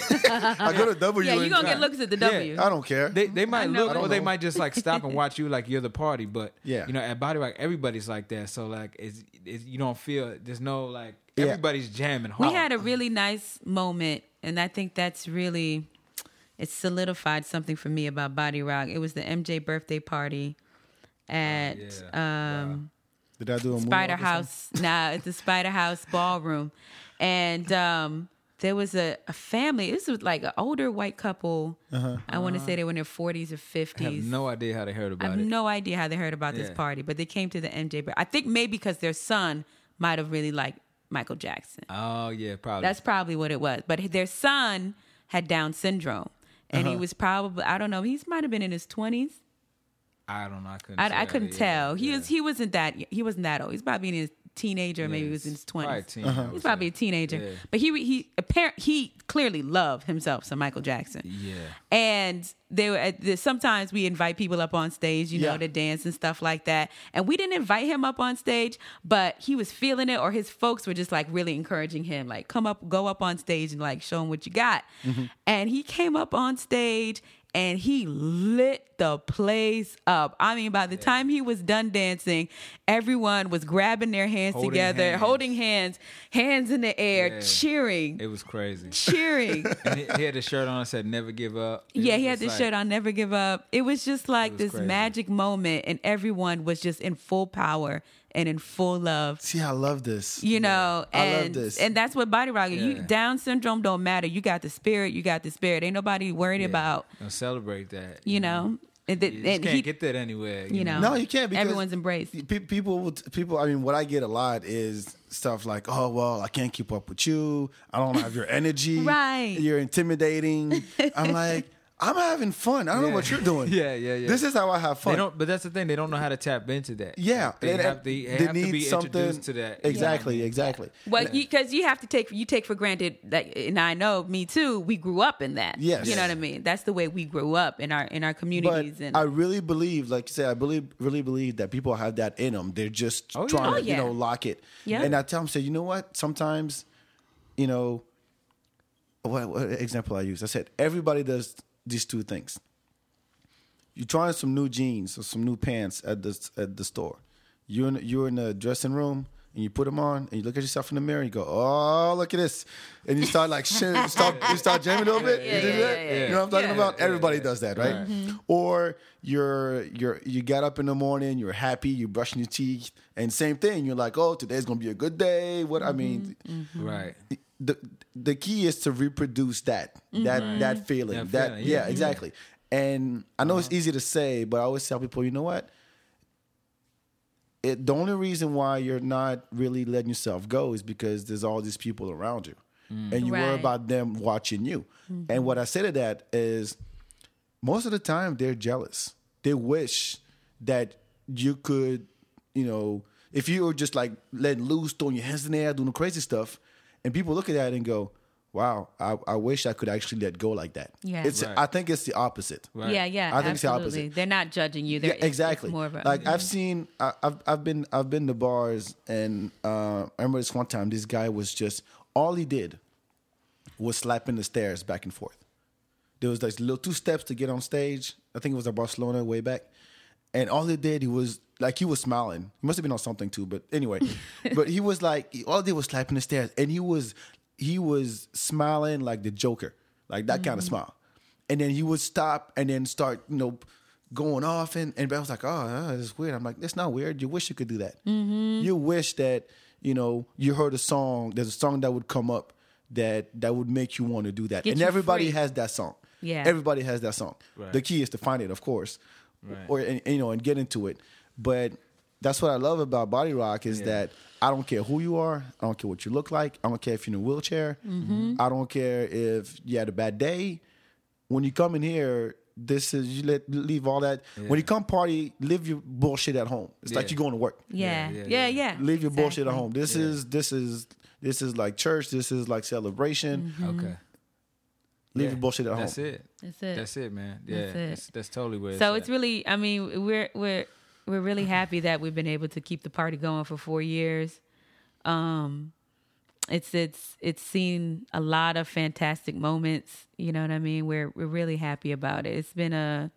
[LAUGHS] I go to W. you're and- going to get looks at the Yeah. W. I don't care. they they might know. look I don't or they know. might just like stop and watch you like you're the party. But Yeah. you know at Body Rock everybody's like that. So like it's, it's you don't feel there's no like Yeah. everybody's jamming hard. we had a really nice moment and i think that's really it solidified something for me about body rock it was the mj birthday party at Yeah. um Did I do a moonwalk Spider or something? House. Nah, at the Spider House ballroom, and um, there was a, a family. This was like an older white couple. I want to say they were in their forties or I have fifties. no idea how they heard I about have it. no idea how they heard about this Yeah. party, but they came to the MJ. Bar- I think maybe because their son might have really liked Michael Jackson. Oh yeah, probably. That's probably what it was. But their son had Down syndrome, and he was probably I don't know. He might have been in his twenties. I don't know. I couldn't. I, I say. couldn't Yeah, tell. He yeah. was he wasn't that he wasn't that old. He's probably in his teenager, maybe he was in his Probably twenties. Uh-huh. teen, I would He's say. probably a teenager, Yeah. but he he apparent he clearly loved himself some Michael Jackson. Yeah. And they were at the, sometimes we invite people up on stage, you Yeah. know, to dance and stuff like that. And we didn't invite him up on stage, but he was feeling it, or his folks were just like really encouraging him, like come up, go up on stage and like show him what you got. Mm-hmm. And he came up on stage and he lit the place up. I mean, by the time he was done dancing, everyone was grabbing their hands Holding together, hands. holding hands, hands in the air, Yeah. cheering, It was [LAUGHS] crazy. [LAUGHS] cheering. and he, he had a shirt on that said "Never Give Up." It Yeah, was he had just this like- shirt on, Never Give Up. It was just like was this crazy. magic moment, and everyone was just in full power and in full love. See, I love this. You know, I love and this. and that's what body rock. You Yeah. Down syndrome don't matter. You got the spirit. You got the spirit. Ain't nobody worried Yeah. about Don't celebrate that. Mm-hmm. you know. And, th- you just and can't he, get that anywhere. you know, No, you can't because everyone's embraced. Pe- people, would- people. I mean, what I get a lot is stuff like, "Oh, well, I can't keep up with you. I don't have [LAUGHS] your energy. Right. You're intimidating." [LAUGHS] I'm like, I'm having fun. I don't know Yeah. what you're doing. [LAUGHS] Yeah, yeah, yeah. This is how I have fun. They don't, but that's the thing. They don't know how to tap into that. yeah, they, and- have, they, they have to be introduced to that. you know what I Exactly, mean? exactly. Well, because you, have to take you take for granted that, and I know me too. We grew up in that. Yes. you know what I mean. That's the way we grew up in our in our But communities. and I really believe, like you said, I believe, really believe that people have that in them. They're just Oh, trying yeah. to, Oh, yeah. you know, lock it. Yeah. And I tell them, say, you know what? Sometimes, you know, what, what example I used? I said, everybody does these two things. You're trying some new jeans or some new pants at the at the store. You're in, you're in the dressing room and you put them on and you look at yourself in the mirror and you go, oh, look at this, and you start like sh- you start you start jamming a little bit. Yeah, you, do yeah, that? yeah, yeah, you know what I'm talking yeah. Mm-hmm. about? Yeah, Everybody yeah. does that, right? Right. Or you're you're you got up in the morning, you're happy, you're brushing your teeth, and same thing. You're like, oh, today's gonna be a good day. What I mean, Mm-hmm. Right. the the key is to reproduce that that that feeling That that feeling, yeah, yeah. Uh-huh. exactly and i know it's easy to say but i always tell people you know what it, the only reason why you're not really letting yourself go is because there's all these people around you and you worry Right. about them watching you and what i say to that is most of the time they're jealous they wish that you could you know if you were just like letting loose throwing your hands in the air doing crazy stuff and people look at that and go wow i, I wish i could actually let go like that Yeah. it's Right. i think it's the opposite Right. Yeah, yeah, I think it's the absolutely. opposite. They're not judging you. They're, it's- yeah, exactly. It's more of a, Mm-hmm. like I've seen, I, I've I've been I've been to bars, and uh, I remember this one time. This guy was just all he did was slapping the stairs back and forth. There was like little two steps to get on stage. I think it was at Barcelona way back, and all he did he was like he was smiling. He must have been on something too, but [LAUGHS] anyway, but he was like all they was slapping the stairs, and he was he was smiling like the Joker, like that Mm-hmm. kind of smile. And then he would stop and then start you know going off, and and I was like, oh, uh, it's weird. I'm like, that's not weird. You wish you could do that. Mm-hmm. You wish that you know you heard a song. There's a song that would come up that that would make you want to do that, Get and you everybody free. has that song. Yeah. everybody has that song. Right. The key is to find it, of course, Right. or and, you know, and get into it. But that's what I love about body rock is that I don't care who you are, I don't care what you look like, I don't care if you're in a wheelchair, Mm-hmm. I don't care if you had a bad day. When you come in here, this is you let leave all that. When you come party, leave your bullshit at home. It's like Yeah. you're going to work. yeah, yeah, yeah, yeah. yeah, Leave your bullshit at Exactly. home. This is this is this is like church. This is like celebration. Mm-hmm. Okay. Leave Yeah. your bullshit at home. That's it. That's it. That's it, man. Yeah. That's That's it. That's, totally where. so at. it's really. I mean, we're we're we're really happy that we've been able to keep the party going for four years. Um, it's it's it's seen a lot of fantastic moments. You know what I mean? We're we're really happy about it. It's been a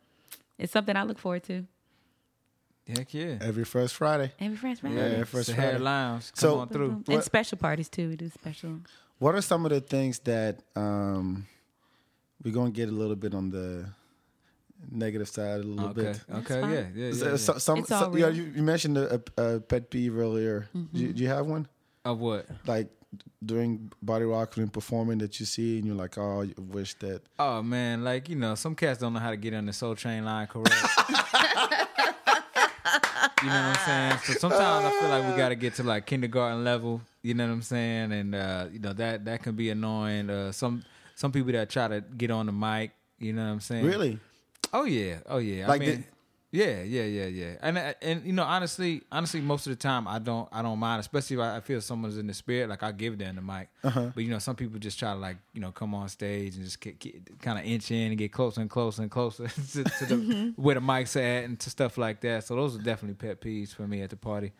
it's something I look forward to. heck yeah. Every first Friday. Every friend's right. Yeah, first Sahara Friday. Lounge. Come So- on through. And special parties too. We do special. What are some of the things that um, we're gonna get a little bit on the negative side a little Okay. bit? Okay. Yeah. fine. Yeah. yeah, So- yeah. so- some, It's all some- yeah, real. Mm-hmm. you, you mentioned a, a, a pet peeve earlier. Do, you, do you have one? Of what? Like during body rock when performing that you see and you're like, oh, I wish that. Oh man, like you know, some cats don't know how to get on the Soul Train line correct. [LAUGHS] you know what I'm saying? So sometimes I feel like we got to get to like kindergarten level. You know what I'm saying? And uh, you know that that can be annoying. Uh, some some people that try to get on the mic. You know what I'm saying? Really? Oh yeah. Oh yeah. Like I mean, Yeah, yeah, yeah, yeah. And I- and you know, honestly, honestly, most of the time, I don't, I don't mind, especially if I I feel someone's in the spirit. Like I give them the mic, but you know, some people just try to like, you know, come on stage and just kind of inch in and get closer and closer and closer [LAUGHS] to, to the, Mm-hmm. where the mic's at and to stuff like that. So those are definitely pet peeves for me at the party.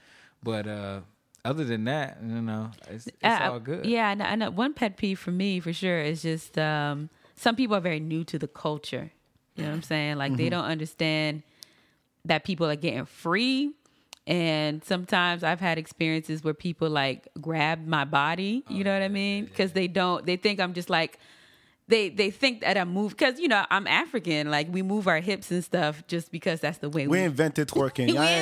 But uh other than that, you know, it's, it's Uh, all good. Yeah, I know, I know. One pet peeve for me, for sure, is just um, some people are very new to the culture. You know what I'm saying? Like Mm-hmm. they don't understand that people are getting free. And sometimes I've had experiences where people like grab my body. Oh, You know what I mean? Because they don't. They think I'm just like. They they think that I move because you know I'm African. Like we move our hips and stuff just because that's the way We we invented twerking. [LAUGHS] We I-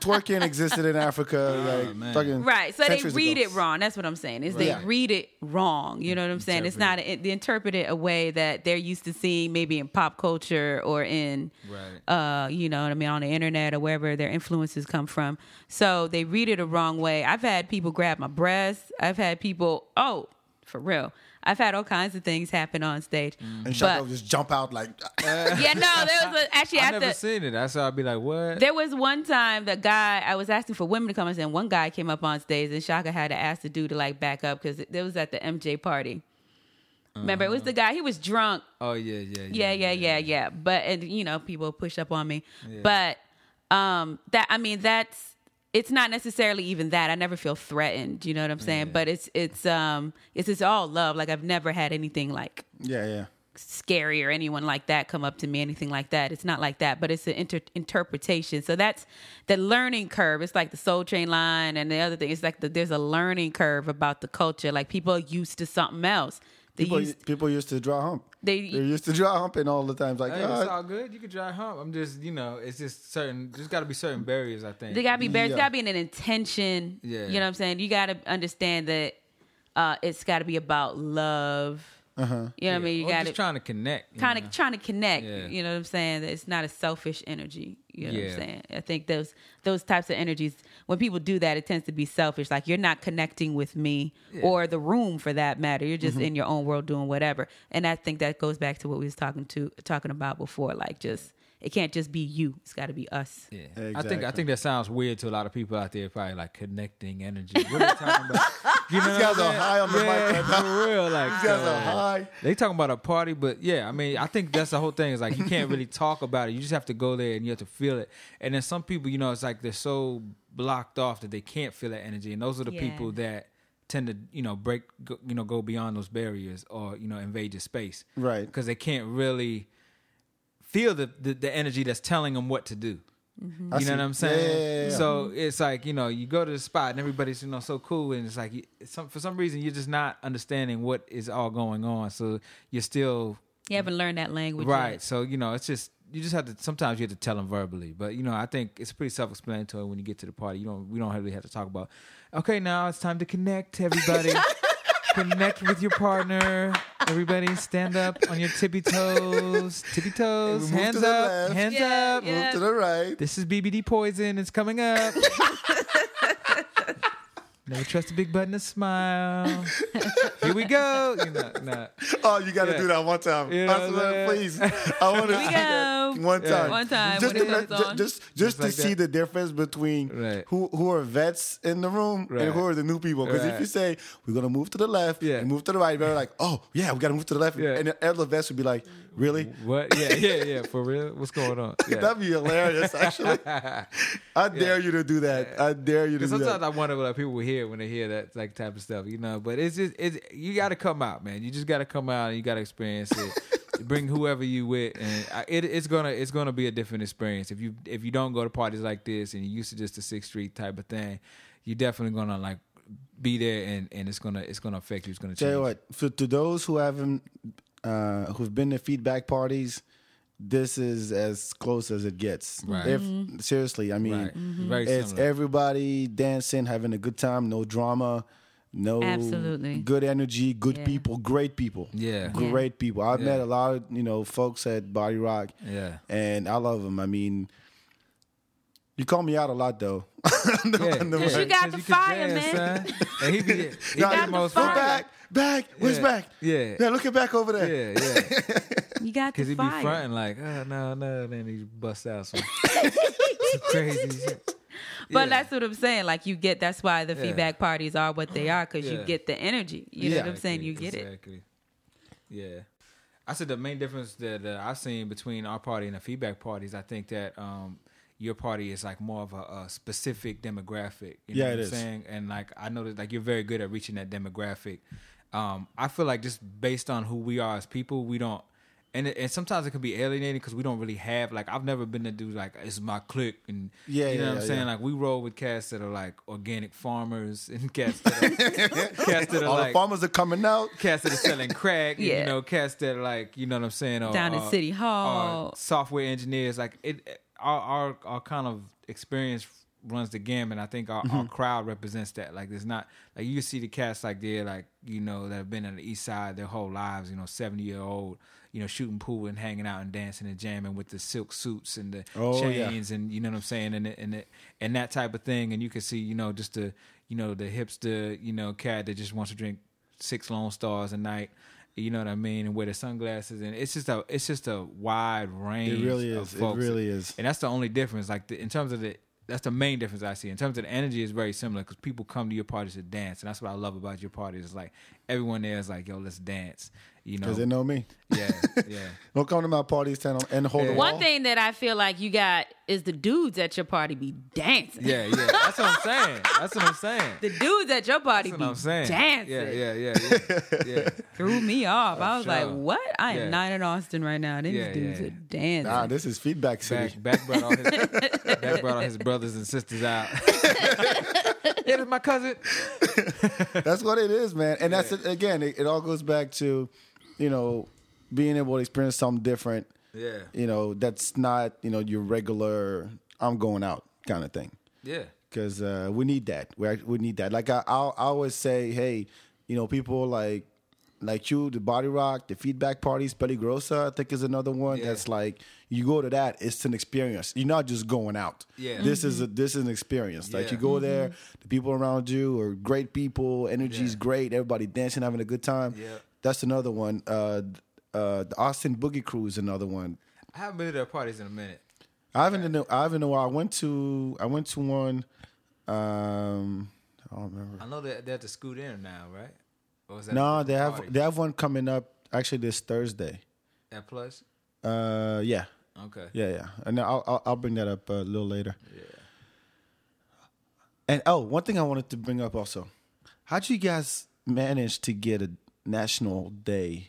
[LAUGHS] twerking existed in Africa like Oh, man. fucking Right. So they centuries read ago. it wrong. That's what I'm saying. Is Right. they read it wrong. You know what I'm saying? It's not they interpret it a way that they're used to seeing maybe in pop culture or in Right. uh, you know what I mean, on the internet or wherever their influences come from. So they read it a wrong way. I've had people grab my breasts. I've had people oh, for real. I've had all kinds of things happen on stage. And Shaka But would just jump out like [LAUGHS] "Ah." yeah, no, there was a, actually I've at never the seen it. That's why I'd be like, what? There was one time the guy I was asking for women to come, and one guy came up on stage, and Shaka had to ask the dude to like back up because it was at the MJ party. Remember, it was the guy. He was drunk. oh yeah, yeah, yeah, Yeah, yeah, yeah, yeah. But and you know, people push up on me. But um, that I mean, that's it's not necessarily even that. I never feel threatened. You know what I'm saying? But it's it's um it's it's all love. Like I've never had anything like Yeah, yeah. scary or anyone like that come up to me anything like that it's not like that but it's an inter- interpretation so that's the learning curve it's like the soul train line and the other thing it's like the, there's a learning curve about the culture like people are used to something else they People used people used to draw hump. They- They're used to draw humping all the time. Like Hey, it's "Ah, all good. You can dry hump. I'm just, you know, it's just certain. There's got to be certain barriers. I think. they gotta be there has Yeah. gotta be an intention Yeah. you know what i'm saying you gotta understand that uh it's gotta be about love uh-huh. you know what i mean you Or gotta just trying to connect. you kind know? of trying to connect. Yeah. You know what I'm saying? That It's not a selfish energy. You know what Yeah. I'm saying? I think those those types of energies, when people do that, it tends to be selfish. Like you're not connecting with me or the room for that matter. You're Mm-hmm. just in your own world doing whatever. And I think that goes back to what we was talking to talking about before. Like just it can't just be you. It's got to be us. Yeah. I think I Exactly. think that sounds weird to a lot of people out there. Probably like connecting energy. What are [LAUGHS] you talking about? You know, These guys are high on the mic yeah, right now. for real. Like These guys are uh, high. They talking about a party, but yeah, I mean, I think that's the whole thing. Is like you can't really talk about it. You just have to go there and you have to feel it. And then some people, you know, it's like they're so blocked off that they can't feel that energy. And those are the Yeah. people that tend to, you know, break, go, you know, go beyond those barriers or you know, invade your space, Right. Because they can't really feel the, the the energy that's telling them what to do. I You see. know what I'm saying? Yeah, yeah, yeah, yeah. So it's like you know, you go to the spot and everybody's you know so cool, and it's like you- some for some reason you're just not understanding what is all going on. So you're still You haven't learned that language, right. yet. So you know, it's just you just have to. Sometimes you have to tell them verbally, but you know, I think it's pretty self-explanatory when you get to the party. You don't we don't really have to talk about. Okay, now it's time to connect, everybody. connect with your partner. Everybody, stand up on your tippy toes. Tippy toes. move to Hands the up. left. Hands Yeah, up. yeah. Move to the right. This is BBD poison. It's coming up. Never trust a big button to smile. Here we go. You know, nah. Oh, you got to Yeah. do that one time. You know I swear, what I'm please. I [LAUGHS] want to we see that go. one Yeah. time. One time Just when it to, let- comes ju- on. just, just, Just to like see that. the difference between Right. who who are vets in the room Right. and who are the new people. Because if Right. you say we're gonna move to the left Yeah. and move to the right, they're like, oh yeah, we gotta move to the left, Yeah. and the other vets would be like, really? What? Yeah, yeah, yeah. For real? What's going on? Yeah. That'd be hilarious. [LAUGHS] Actually, I dare you to do that. I dare you to 'Cause do that. sometimes I wonder what people will hear when they hear that like type of stuff, you know. But it's just it's you got to come out, man. You just got to come out and you got to experience [LAUGHS] it. Bring whoever you with, and I, it, it's gonna it's gonna be a different experience. If you if you don't go to parties like this and you're used to just the Sixth Street type of thing, you're definitely gonna like be there, and and it's gonna it's gonna affect you. It's gonna change. Tell you what, for, to those who haven't, uh, who've been to feedback parties, this is as close as it gets. Right. If Mm-hmm. seriously, I mean, Right. Very it's similar. everybody dancing, having a good time, no drama, no Absolutely. good energy, good Yeah. people, great people, Yeah. Yeah. great people. I've Yeah. met a lot of you know folks at Body Rock, Yeah. and I love them. I mean. You call me out a lot though. [LAUGHS] No, no, Cause you right. got the fire, man. And [LAUGHS] he be, he be Nah, got the the most go fire. back, back. Where's Yeah. back? Yeah. yeah. Look at back over there. Yeah, yeah. You got Cause the he be fire. fronting like, oh no, no, then he busts out some, some crazy shit. But Yeah. that's what I'm saying. Like you get that's why the Yeah. feedback parties are what they are because Yeah. you get the energy. You know Yeah. what I'm saying? You Exactly, get it. exactly. Yeah. I said the main difference that, that I've seen between our party and the feedback parties, I think that um, your party is like more of a, a specific demographic. You Yeah, it know what I'm is. saying? And like I know that like you're very good at reaching that demographic. Um, I feel like just based on who we are as people, we don't. And, it- and sometimes it can be alienating because we don't really have like I've never been to do like it's my clique and Yeah, you know yeah, what I'm yeah, saying yeah. like we roll with cats that are like organic farmers and cats that are, [LAUGHS] cats that are All like the farmers are coming out. cats that are selling crack, and, you Yeah. know, cats that are like, you know what I'm saying, or, Down at or- City or Hall. software engineers. Like it, our our, our kind of experience runs the gamut. I think our, Mm-hmm. our crowd represents that. Like there's not like you see the cats like they're like you know that have been on the east side their whole lives. You know, seventy year old. You know, shooting pool and hanging out and dancing and jamming with the silk suits and the Oh, yeah. chains and you know what I'm saying and it- and it- and that type of thing. And you can see you know just the you know the hipster you know cat that just wants to drink six Lone Stars a night. You know what I mean, and wear the sunglasses, and it's just a it's just a wide range. really of is. It folks. really is. And that's the only difference. Like the, in terms of the that's the main difference I see. In terms of the energy, is very similar because people come to your parties to dance, and that's what I love about your parties. Is like everyone there is like, yo, let's dance. You know, Because they know me. yeah, [LAUGHS] yeah. Don't come to my parties stand on and hold the One wall. thing that I feel like you got is the dudes at your party be dancing. Yeah, yeah. That's what I'm saying. That's what I'm saying. [LAUGHS] The dudes at your party That's be what I'm saying. dancing. Yeah, yeah, yeah, yeah. [LAUGHS] yeah. Threw me off. I was sure. like, what? I am Yeah. not in Austin right now. These Yeah, dudes yeah. are dancing. Nah, this is feedback city. Back, back brought all his, [LAUGHS] back brought all his brothers and sisters out. yeah, that's my cousin. [LAUGHS] That's what it is, man. And that's it, again. It, it all goes back to, you know, being able to experience something different. Yeah, You know, that's not you know your regular I'm going out kind of thing. yeah. Because uh, we need that. We act- we need that. Like I, I I always say, hey, you know, people like like you, the Body Rock, the Feedback Parties, Peligrosa, I think is another one Yeah. that's like you go to that. It's an experience. You're not just going out. Yeah. This is a, this is an experience. Like Yeah. you go there, the people around you are great people. Energy's Yeah. great. Everybody dancing, having a good time. Yeah. That's another one. Uh, uh, the Austin Boogie Crew is another one. I haven't been to their parties in a minute. I haven't in a, I haven't in a while. I went to I went to one. Um, I don't remember. I know that they have to scoot in now, right? Or is that No, a different they have party? they have one coming up actually this Thursday. that plus. Uh, yeah, Okay. yeah, yeah. And I'll I'll, I'll bring that up a little later. Yeah. And oh, one thing I wanted to bring up also, how'd you guys manage to get a national day?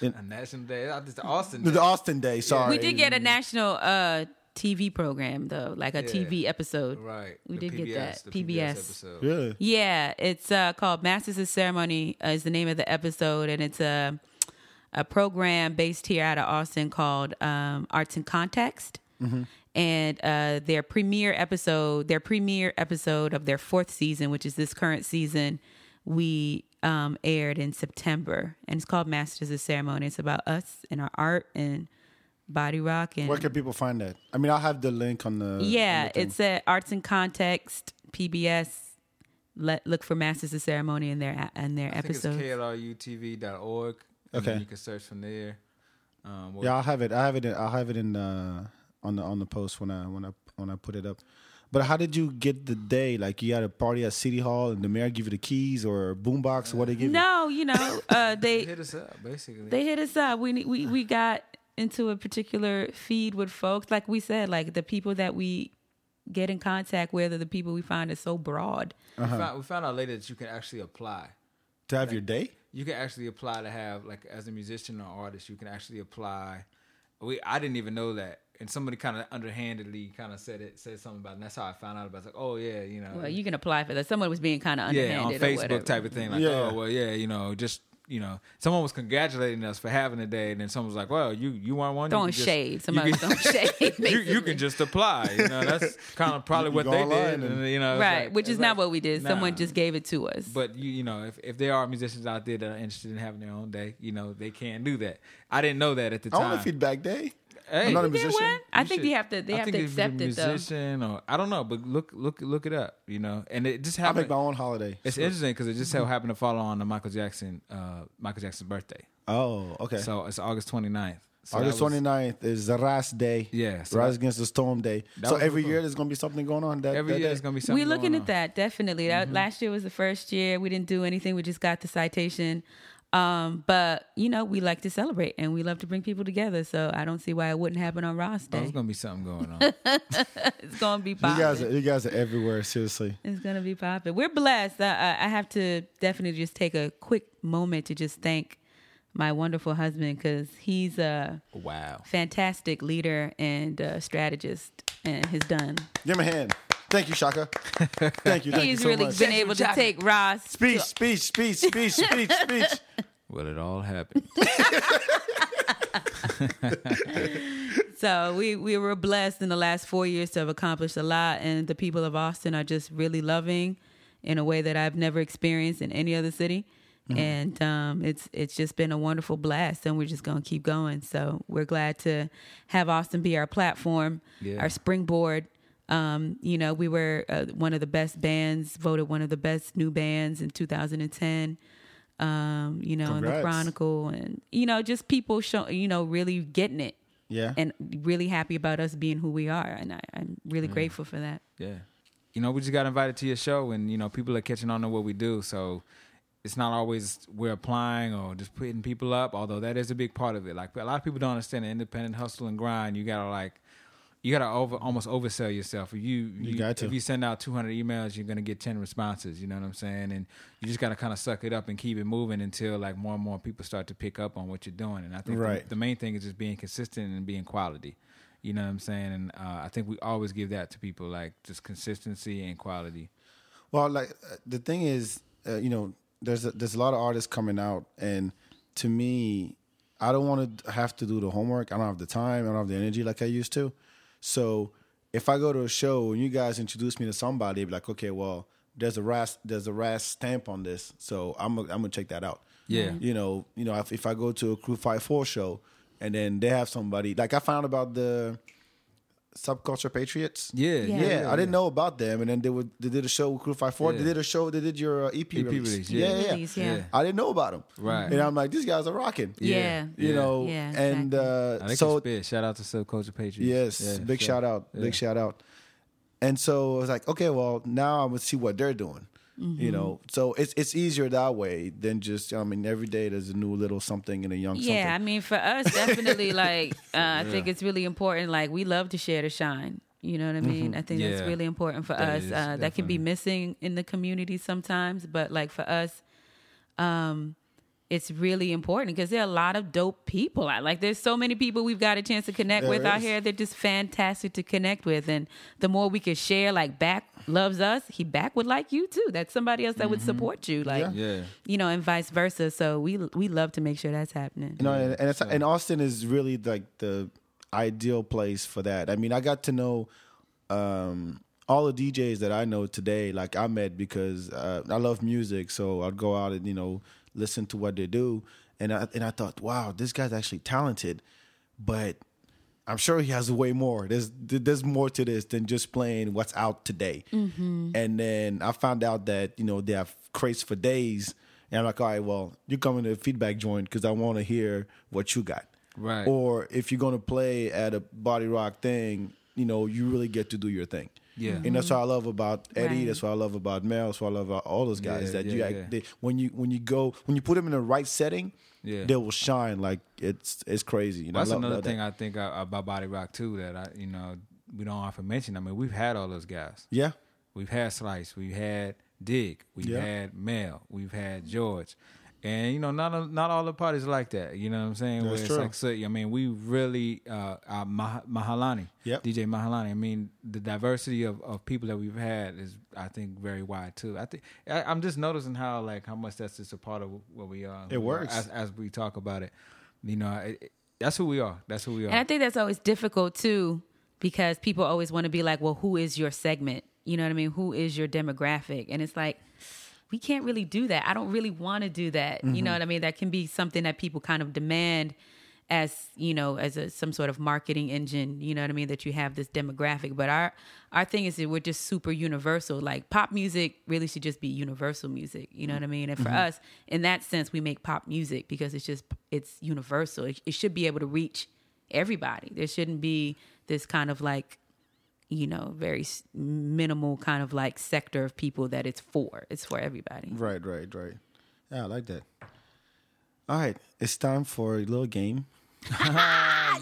A national day. I just Austin. Day. The Austin Day, sorry. we did get a national uh, TV program, though, like a Yeah. TV episode. Right. We the did get that. The PBS. episode. Yeah. Yeah, it's uh, called Masters of Ceremony uh, is the name of the episode, and it's a a program based here out of Austin called um, Arts in Context. And uh, their premiere episode, their premiere episode of their fourth season, which is this current season, we um, aired in September, and it's called Masters of Ceremony. It's about us and our art and body rock and Where can people find that? I mean, I'll have the link on Uh, the. on yeah, the thing. it's at Arts and Context PBS. Let look for Masters of Ceremony in their in their I think it's episode. klrutv.org. and Okay. You can search from there. Um, what- Yeah, I'll have it. I have it. In, I'll have it in uh, on the on the post when I when I when I put it up. But how did you get the day? Like you had a party at City Hall and the mayor give you the keys or boombox or what they give you? No, you know, [LAUGHS] uh, they Hit us up, basically. they hit us up. We we we got into a particular feed with folks. Like we said, like the people that we get in contact with are the people we find is so broad. Uh-huh. we, found, we found out later that you can actually apply. To have your day? you can actually apply to have like as a musician or artist you can actually apply we i didn't even know that and somebody kind of underhandedly kind of said it said something about it and that's how i found out about it. like oh yeah you know Well, you can apply for that. Someone was being kind of yeah on underhanded or whatever. facebook type of thing like Yeah. oh well yeah you know just you know someone was congratulating us for having a day and then someone was like well you you want one You Throwing can just- shade. you Somebody can- [LAUGHS] was throwing shade. you, you can basically. just apply you know [LAUGHS] that's kind of probably You what go they online did and- and, you know it's right, like- which it's is not like, what we did. nah. Someone just gave it to us. But you, you know, if, if there are musicians out there that are interested in having their own day, you know, they can do that. I didn't know that at the I time. want a feedback day. Hey. I'm not a You They musician. went? I You think should- they have to. They I have think to if you're a accept it though. musician or I don't know, but look, look, look it up. You know, and it just I make happened. my own holiday. It's interesting because it just so happened to fall on the Michael Jackson, uh, Michael Jackson's birthday. Oh, okay. So it's August 29th. So August that was- 29th is the Ras Day. Yeah, so Rise that- Against the Storm Day. That So was every cool. year there's going to be something going on. That, Every that year day. is gonna be something. We're looking going at on. that definitely. That Mm-hmm. last year was the first year we didn't do anything. We just got the citation. Um, but you know, we like to celebrate and we love to bring people together. So I don't see why it wouldn't happen on Ross Day. There's gonna be something going [LAUGHS] on. it's gonna [LAUGHS] be You guys, popping. are, you guys are everywhere, seriously. It's gonna be popping. We're blessed. I, I I have to definitely just take a quick moment to just thank my wonderful husband because he's a wow. fantastic leader and uh, strategist, and has done. Give him a hand. Thank you, [LAUGHS] Shaka. Thank you. Thank you he's so really much. been able to take Ross. Speech, speech, speech, speech, speech, speech. Well, it all happened. So we we were blessed in the last four years to have accomplished a lot, and the people of Austin are just really loving in a way that I've never experienced in any other city. And um, it's it's just been a wonderful blast, and we're just gonna keep going. So we're glad to have Austin be our platform, Yeah. our springboard. Um, you know, we were uh, one of the best bands, voted one of the best new bands in 2010. Um, you know, in the Congrats. Chronicle, and you know, just people show, you know, really getting it Yeah. and really happy about us being who we are. And I, I'm really grateful for that. Yeah. You know, we just got invited to your show and, you know, people are catching on to what we do. So it's not always we're applying or just putting people up, although that is a big part of it. Like a lot of people don't understand the independent hustle and grind. You gotta like you gotta over almost oversell yourself. If you, you, got to. if you send out two hundred emails, you're gonna get ten responses, you know what I'm saying? And you just gotta kinda suck it up and keep it moving until like more and more people start to pick up on what you're doing. And I think the- Right. the main thing is just being consistent and being quality. You know what I'm saying? And uh, I think we always give that to people, like just consistency and quality. Well, like uh, the thing is, uh, you know, there's a, there's a lot of artists coming out, and to me, I don't want to have to do the homework. I don't have the time. I don't have the energy like I used to. So if I go to a show and you guys introduce me to somebody, be like, okay, well, there's a ras there's a ras stamp on this, so I'm i I'm gonna check that out. Yeah. you know, you know, if, if I go to a Crew Five Four show, and then they have somebody like I found out about the Subculture Patriots. Yeah, yeah. Yeah, I didn't know about them, and then they would they did a show with Crew Five Four. They Yeah. E did a show. They did your uh, EP, release. release, Yeah, yeah. yeah, yeah. Release, yeah. Yeah. I didn't know about them. Right. and I'm like, these guys are rocking. Yeah. you Yeah. know, Yeah, and I uh, think so it's big. Shout out to Subculture Patriots. yes, Yeah, big so- shout out, yeah. big shout out. And so I was like, okay, well, now I'm gonna see what they're doing. Mm-hmm. You know, so it's it's easier that way than just I mean, every day there's a new little something and a young something. Yeah, I mean, for us, [LAUGHS] definitely, like, uh, I think it's really important. Like, we love to share the shine. You know what I Mm-hmm. mean? I think that's Yeah. really important for That us. is, uh, that can definitely. be missing in the community sometimes, but like for us, um, it's really important because there are a lot of dope people. I like. There's so many people we've got a chance to connect There with out is. here. They're just fantastic to connect with, and the more we can share, like back loves us, he back would like you too. That's somebody else that would Mm-hmm. support you. Like Yeah. you know, and vice versa. So we we love to make sure that's happening. You know, and, and, it's, and Austin is really like the ideal place for that. I mean, I got to know um, all the DJs that I know today. Like I met because uh, I love music, so I'd go out and you know listen to what they do, and I and I thought, wow, this guy's actually talented, but I'm sure he has way more. There's there's more to this than just playing what's out today. And then I found out that you know they have crates for days, and I'm like, all right, well, you're coming to the feedback joint because I want to hear what you got. Right. Or if you're gonna play at a body rock thing, you know, you really get to do your thing. Yeah. And that's what I love about Eddie. Right. That's what I love about Mel. That's what I love about all those guys. Yeah, that yeah, you act, yeah. they, when you when you go when you put them in the right setting, Yeah. they will shine like it's it's crazy. You know, I That's love- another love that. thing I think uh, about Body Rock too that I, you know, we don't often mention. I mean, we've had all those guys. Yeah. We've had Slice. We've had Dig. We've Yeah. had Mel. We've had George. And you know, not a, not all the parties like that. You know what I'm saying? That's Where it's true. like, so, I mean, we really uh, uh Mah- Mahalani, Yep. DJ Mahalani. I mean, the diversity of, of people that we've had is, I think, very wide too. I think I, I'm just noticing how like how much that's just a part of what we are. It works. as, as we talk about it. You know, it, it- that's who we are. That's who we are. And I think that's always difficult too, because people always want to be like, well, who is your segment? You know what I mean? Who is your demographic? And it's like, we can't really do that. I don't really want to do that. You know what I mean? That can be something that people kind of demand as you know as a, some sort of marketing engine you know what i mean that you have this demographic but our our thing is that we're just super universal like pop music really should just be universal music you know what i mean and for us in that sense we make pop music because it's just it's universal it, it should be able to reach everybody there shouldn't be this kind of like you know very s- minimal kind of like sector of people that it's for it's for everybody Right, right, right. Yeah, I like that. All right, it's time for a little game.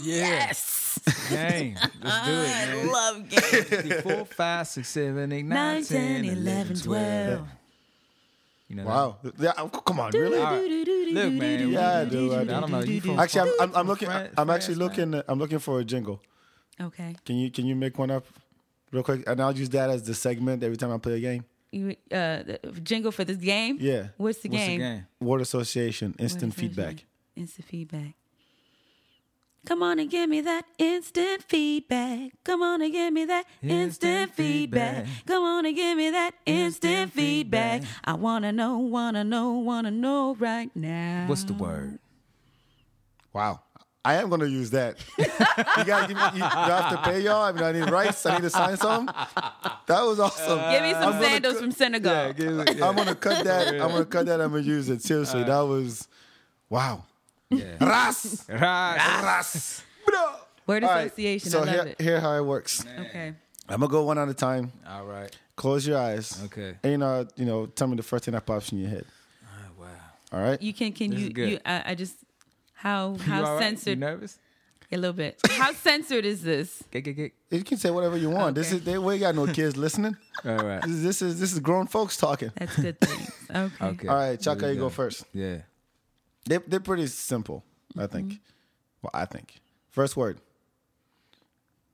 yes Dang, let's do it, man. [LAUGHS] love games Three, four, five, six, seven, eight, nine, 9, 10, 11, 12. 12. You know, Wow. Yeah, oh, come on, really? All right. Look, man. Yeah, I do, I I do. don't know. You from Actually, I'm, I'm, I'm looking. Fran- I'm actually France, man. looking. I'm looking for a jingle. Okay. Can you can you make one up real quick? And I'll use that as the segment every time I play a game. You uh the jingle for this game? Yeah. What's the What's the game? game? Word association, instant What is it? feedback. Instant feedback. Come on and give me that instant feedback. Come on and give me that Instant instant feedback. feedback. Come on and give me that instant feedback. feedback. I wanna know, wanna know, wanna know right now. What's the word? Wow. I am gonna use [LAUGHS] that. you guys, give me, you, do I have to pay y'all? I mean, I need rice. I need to sign some. That was awesome. Give me some I'm gonna sandals cook- from Senegal. I'm gonna cut that. I'm gonna cut that. I'm gonna use it. Seriously, that was wow. Yeah. Ras, Right. ras. Word All right, association. So I here, love it. here how it works. Okay. I'm gonna go one at a time. All right. Close your eyes. Okay. And you know, you know, tell me the first thing that pops in your head. Oh, wow. All right. You can can This you is good. you I, I just how [LAUGHS] You all how right? You censored nervous? a little bit. [LAUGHS] How censored is this? Get, get, get. You can say whatever you want. This Okay. is they, we ain't got no kids listening. All right. This is, this is this is grown folks talking. That's good things. Okay. Okay. All right, Chaka, Really you go good. first. Yeah. They they're pretty simple, I Mm-hmm. think. Well, I think. First word.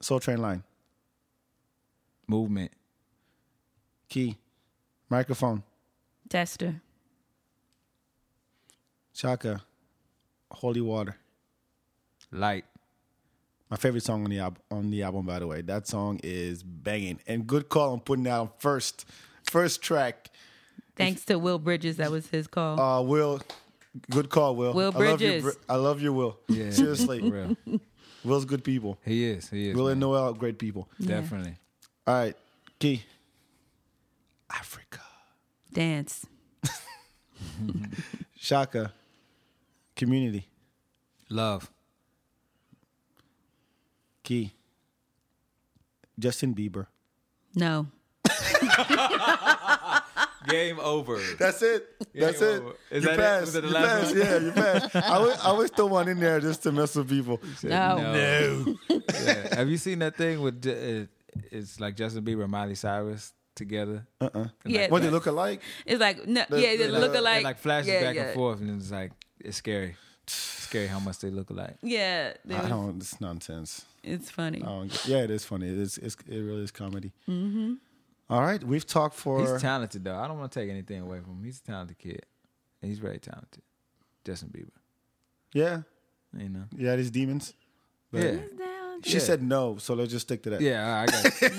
Soul Train line. Movement. Key. Microphone. Tester. Chaka. Holy water. Light. My favorite song on the album, on the album, by the way. That song is banging. And good call on putting that on first, first track. Thanks to Will Bridges, that was his call. Oh. Uh, Will, good call, Will. Will I love you, Bridges. Bri- I love you, Will. Yeah. [LAUGHS] For Seriously, real. Will's good people. He is. He is. Will and man. Noel, great people. Yeah. Definitely. All right, Key. Africa. Dance. Shaka. Community. Love. Key. Justin Bieber. No. Game over. That's it. That's Yeah, it. well, is you that it? passed. Was it the you last passed. one? Yeah, you [LAUGHS] passed. I always, I always throw one in there just to mess with people. No. [LAUGHS] Yeah. Have you seen that thing with Ju- uh, it's like Justin Bieber and Miley Cyrus together? Uh-uh. Yeah. What they look alike? It's like no, yeah, they the- look the- alike. like flashes yeah, back yeah. and forth, and it's like it's scary. It's scary how much they look alike. Yeah, they I was- don't. It's nonsense. it's funny. Oh. I don't get- yeah, it is funny. It's, it's it really is comedy. Mm-hmm. right, we've talked for He's talented though. I don't want to take anything away from him. He's a talented kid, and he's very talented. Justin Bieber, yeah, you know. yeah. These demons. But- Yeah, Down She Yeah. said no, so let's just stick to that. yeah. I got to-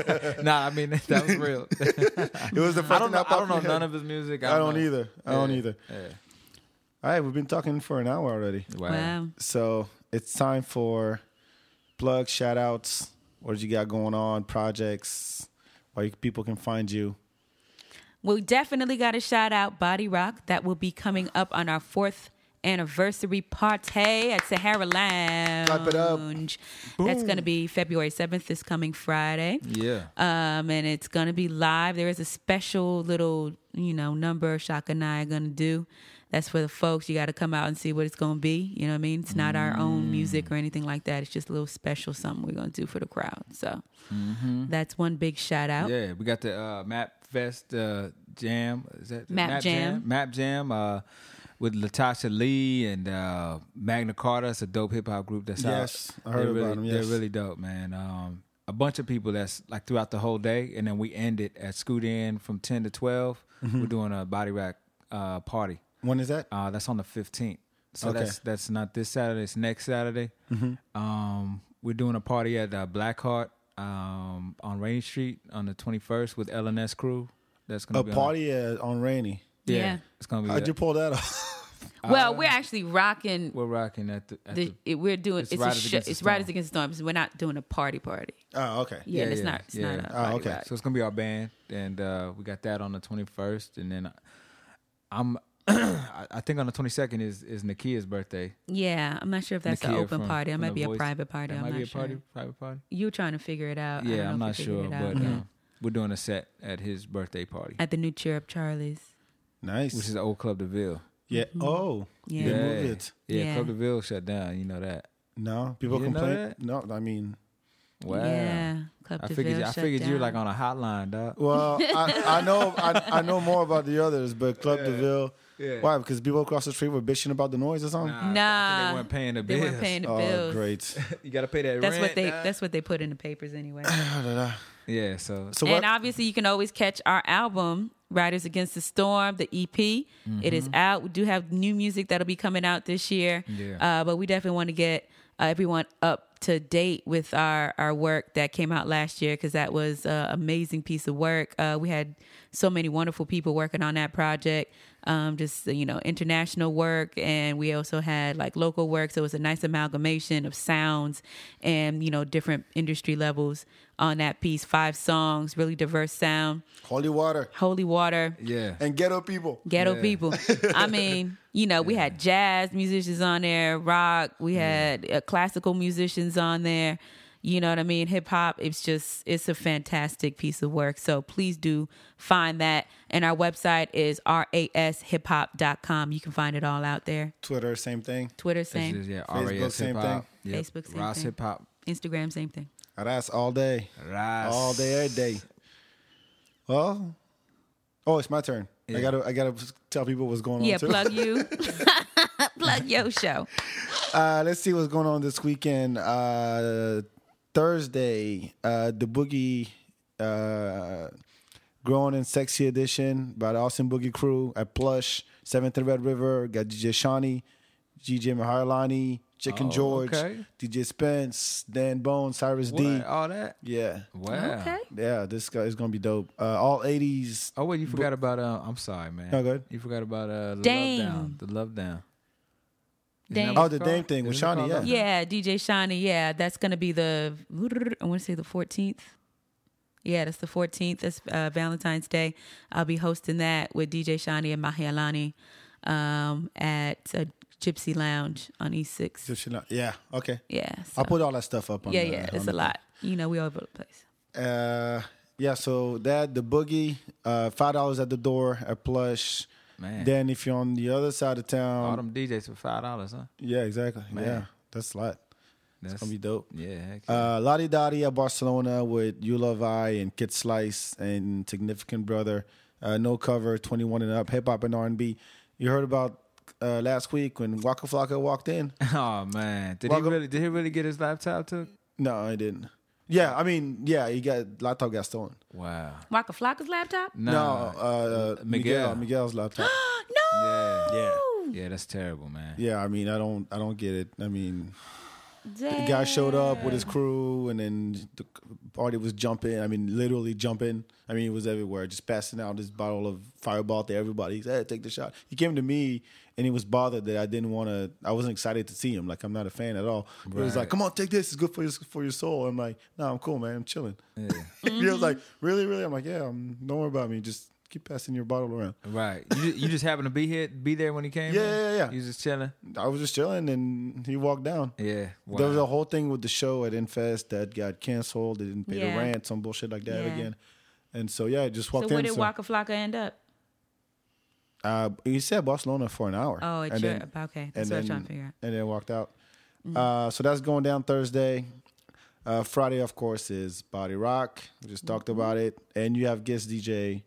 [LAUGHS] No, it. nah, I mean [LAUGHS] that was real. It was the first I thing that don't know. I popped don't in know my head. none of his music. I don't know. either. I don't Yeah, either. Yeah. All right, we've been talking for an hour already, Wow. wow. so it's time for plug, shout outs, what you got going on, projects, where you- people can find you. We definitely got to shout out Body Rock. That will be coming up on our fourth anniversary party at Sahara Lounge. Clap it up. That's going to be February 7th, this coming Friday. Yeah. um, and it's gonna be live. There is a special little, you know, number Shaka and I are gonna do. That's for the folks. You got to come out and see what it's gonna be. You know what I mean? It's not our own music or anything like that. It's just a little special something we're gonna do for the crowd. So that's one big shout out. Yeah, we got the uh, Map Fest uh, Jam. Is that Map Jam. Map Jam uh, with Latasha Lee and uh, Magna Carta. It's a dope hip hop group that's Yes, out. I heard they're about really, them, yes. They're really dope, man. Um, a bunch of people that's like throughout the whole day, and then we end it at Scoot In from ten to 12 Mm-hmm. we We're doing a body rack uh, party. When is that? Uh, that's on the fifteenth. So Okay. Mm-hmm. that's that's not this Saturday. It's next Saturday. Um, we're doing a party at uh, Blackheart um, on Rainy Street on the twenty first with LNS crew. That's gonna A be party uh, on rainy. On, yeah, Yeah. it's gonna be. How'd a- you pull that off? [LAUGHS] Well, we're actually rocking. We're rocking at the. At the, the it, we're doing it's it's, a Riders sh- Against the it's Riders Storm. Against the Storm. So we're not doing a party party. Oh, okay. Yeah, Yeah, it's yeah, not. It's yeah. not. A Oh, party okay. rock. so it's gonna be our band, and uh, we got that on the 21st, and then I'm. [CLEARS THROAT] I I think on the 22nd is is Nakia's birthday. Yeah, I'm not sure if that's an Nakia open from- party. That from might The be a Voice. private party. That I'm might not be a sure. party, private party. You trying to figure it out? I don't Yeah, I'm know not if you figured sure, it out but Mm-hmm. yet. uh, we're doing a set at his birthday party, at the new Chirp Charlie's. Nice. which is the old Club de Ville. yeah. Oh, Mm-hmm. Yeah. they moved it. Yeah, Yeah. Club de Ville shut down. You know that. No, people You didn't know complain. No, I [LAUGHS] mean, Wow. Yeah, Club I de figured Ville I shut figured you were like down. on a hotline, dog. well, I, I know I, I know more about the others, but Club DeVille. Yeah. Why? Because people across the street were bitching about the noise or something. Nah, I- I think Nah. they weren't paying the They bills. weren't paying the oh, bills. [LAUGHS] great. [LAUGHS] you gotta pay that That's rent. what they. dawg. That's what they put in the papers anyway. yeah. [CLEARS THROAT] So So what? and obviously, you can always catch our album, Riders Against the Storm, the EP. It Mm-hmm. is out. We do have new music that'll be coming out this year. Yeah. Uh, but we definitely want to get uh, everyone up to date with our, our work that came out last year because that was an amazing piece of work. Uh, we had so many wonderful people working on that project, um, just, you know, international work. And we also had like local work. So it was a nice amalgamation of sounds and, you know, different industry levels on that piece. Five songs, really diverse sound. holy water Holy Water, yeah. and ghetto people. Ghetto Yeah. People. [LAUGHS] I mean, you know, we had jazz musicians on there, rock, we had uh, classical musicians on there. You know what I mean? Hip hop, it's just, it's a fantastic piece of work. So please do find that. And our website is rashiphop.com. You can find it all out there. Twitter, same thing. Twitter, This same. is, yeah. Facebook, RAS same hip hop. thing. Facebook, same Ross thing. hip hop. Instagram, same thing. That's all day, Ross. all day, every day. Well, oh, it's my turn. I gotta, I gotta tell people what's going Yeah, on. too. [LAUGHS] plug you. [LAUGHS] plug your show. Uh, let's see what's going on this weekend. Uh, Thursday, uh, the Boogie uh, Grown and Sexy Edition by the Austin Boogie Crew at Plush, 7th and Red River. Got DJ Shawnee, GJ Maharlani, Chicken Oh, George, okay. DJ Spence, Dan Bone, Cyrus What? D. All that. Yeah. Wow. Okay. Yeah, this guy is going to be dope. Uh, all 80s. Oh wait, you forgot about. Uh, I'm sorry, man. No, go ahead. You forgot about uh, the Dame. love down. The love down. Isn't Dame. that what Oh, it's the called? Dame thing with Isn't it Shawnee, called yeah. Love Down? Yeah, DJ Shani. Yeah, that's gonna be the I want to say the 14th. Yeah, that's the 14th. That's uh, Valentine's Day. I'll be hosting that with DJ Shani and Mahialani um, at uh, Gypsy Lounge on E6. Yeah, okay. Yeah, so- I'll put all that stuff up on yeah, the- yeah. on It's the a lot. You know, we all over the place. Uh, yeah, so that the boogie, uh, five dollars at the door at plush. Man. Then if you're on the other side of town, All them DJs for five dollars, huh? yeah, exactly. Yeah, that's a lot. That's It's gonna be dope. yeah. heck yeah. Uh, Lottie Dottie at Barcelona with You Love I and Kid Slice and Significant Brother. Uh, no cover, 21 and up, hip hop and R&B. You heard about uh, last week when Waka Flocka walked in? [LAUGHS] oh man, did welcome- he really? Did he really get his laptop took? no, I didn't. Yeah, I mean, yeah, he got laptop got stolen. Wow. Waka Flocka's laptop? No, uh, Miguel, Miguel. Miguel's laptop. [GASPS] No. Yeah. yeah. Yeah, that's terrible, man. Yeah, I mean, I don't, I don't get it. I mean, the Damn. guy showed up with his crew, and then the party was jumping. I mean, literally jumping. I mean, it was everywhere, just passing out this bottle of Fireball to everybody. He said, "Hey, "Take the shot." He came to me, and he was bothered that I didn't want to. I wasn't excited to see him. Like, I'm not a fan at all. He was like, Right. "Come on, take this. It's good for your for your soul." I'm like, "No, I'm cool, man. I'm chilling." [LAUGHS] he was like, "Really, really?" I'm like, "Yeah. um don't worry about me. Just keep passing your bottle around." Right. You just, you just happened to be here, be there when he came. Yeah, in? yeah, yeah. You was just chilling. I was just chilling, and he walked down. Yeah. Wow. There was a whole thing with the show at Infest that got canceled. They didn't pay Yeah. the rent, some bullshit like that Yeah. again. And so yeah, I just walked So where in. did Waka Flocka end up? uh, he said Barcelona for an hour. Oh, it's and your, then, okay. and That's what I'm then- trying to figure out. Mm. and then walked out. Uh, so that's going down Thursday. Uh, Friday, of course, is Body Rock. We just talked about it. And you have guest DJ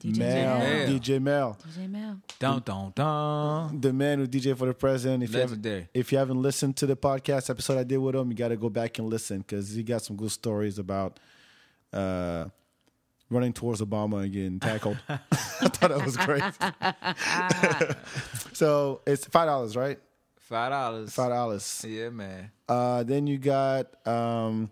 DJ Mel, Mel. DJ Mel, DJ Mel. dun dun dun. the man who DJ for the president. If you haven't- Legendary. if you haven't listened to the podcast episode I did with him, you got to go back and listen because he got some good stories about uh, running towards Obama and getting tackled. [LAUGHS] I thought that was great. [LAUGHS] so it's five dollars, right? Five dollars. Five dollars. Yeah, man. Uh, then you got um,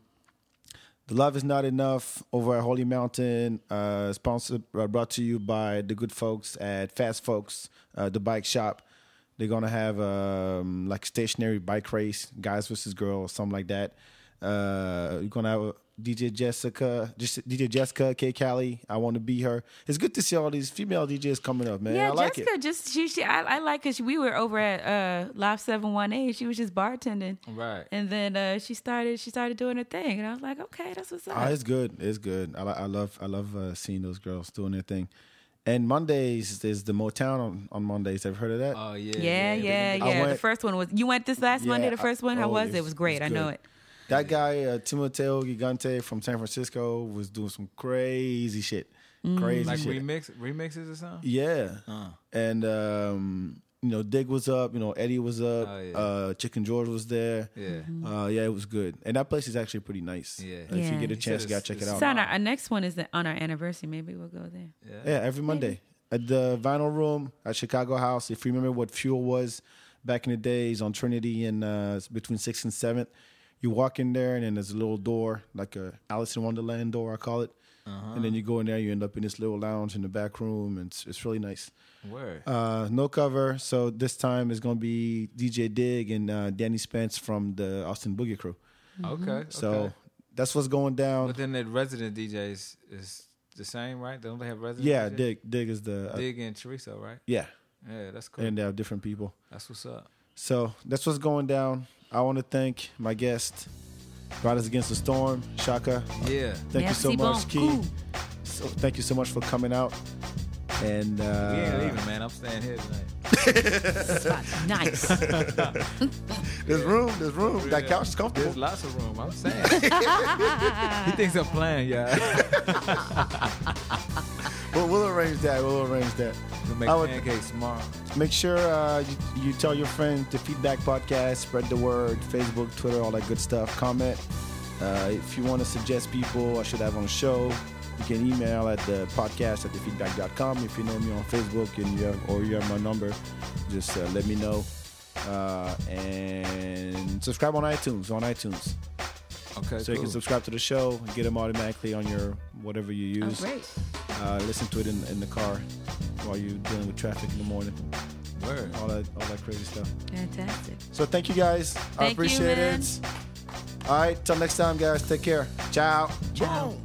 the love is not enough over at Holy Mountain, uh, sponsored uh, brought to you by the good folks at Fast Folks, uh, the bike shop. They're gonna have um, like stationary bike race, guys versus girls, something like that. Uh, you're gonna have DJ Jessica, just DJ Jessica, K. Cali. I want to be her. It's good to see all these female DJs coming up, man. yeah, I like Jessica it. just she, she I, I like her. She, we were over at uh Live Seven One Eight. She was just bartending, Right. and then uh she started she started doing her thing, and I was like, okay, that's what's up. Ah, it's good. It's good. I, li- I love I love uh, seeing those girls doing their thing. And Mondays is the Motown on, on Mondays. Have you heard of that? Oh yeah. yeah, yeah, yeah. I the went- first one was you went this last Yeah, Monday. The I- first one, how oh, was it it? It was- was great. it was I know good. it. That guy uh, Timoteo Gigante from San Francisco was doing some crazy shit. Crazy Like shit. remix Ah. remixes or something. Yeah. And um, you know, Dig was up, you know, Eddie was up, Oh, yeah. uh Chicken George was there. Yeah. Uh yeah, it was good. And that place is actually pretty nice. Yeah. If you Yeah. get a He chance, you said gotta it's- check it it's out. So on our, our next one is the, on our anniversary. Maybe we'll go there. Yeah, every Monday at the Vinyl Room at Chicago House. If you remember what Fuel was back in the days on Trinity and uh, it's between Sixth and Seventh, you walk in there and then there's a little door, like a Alice in Wonderland door, I call it. Uh-huh. And then you go in there, you end up in this little lounge in the back room, and it's, it's really nice. Word. Uh, no cover, so this time it's gonna be DJ Dig and uh, Danny Spence from the Austin Boogie Crew. Okay. Mm-hmm. So um, okay. that's what's going down. But then the resident DJs is the same, right? Don't they have resident? Yeah, DJs? Dig Dig is the uh, Dig and Chorizo, right? yeah, Yeah, that's cool. and they have different people. that's what's up. So that's what's going down. I want to thank my guest, Riders Against the Storm, Shaka. Yeah. Thank you Merci so much, Key. beaucoup. So, thank you so much for coming out. And We ain't uh, leaving, man. I'm staying here tonight. [LAUGHS] Nice. there's room, there's room. That couch is There's comfortable. lots of room. [LAUGHS] I'm saying. he thinks I'm playing, yeah. We'll, we'll arrange that. We'll arrange that. we make I would- pancakes tomorrow. Make sure uh, you, you tell your friends the Feedback Podcast, spread the word, Facebook, Twitter, all that good stuff. Comment. Uh, if you want to suggest people I should have on the show, you can email at the podcast at thefeedback.com. If you know me on Facebook and you have, or you have my number, just uh, let me know. Uh, and subscribe on iTunes, on iTunes. Okay. So you can cool. subscribe to the show and get them automatically on your whatever you Oh, use. great. uh, listen to it in, in the car while you're dealing with traffic in the morning Word. all that all that crazy stuff. Fantastic. So thank you guys. I Thank you, appreciate man. it. All right, till next time, guys. Take care. Ciao. Ciao.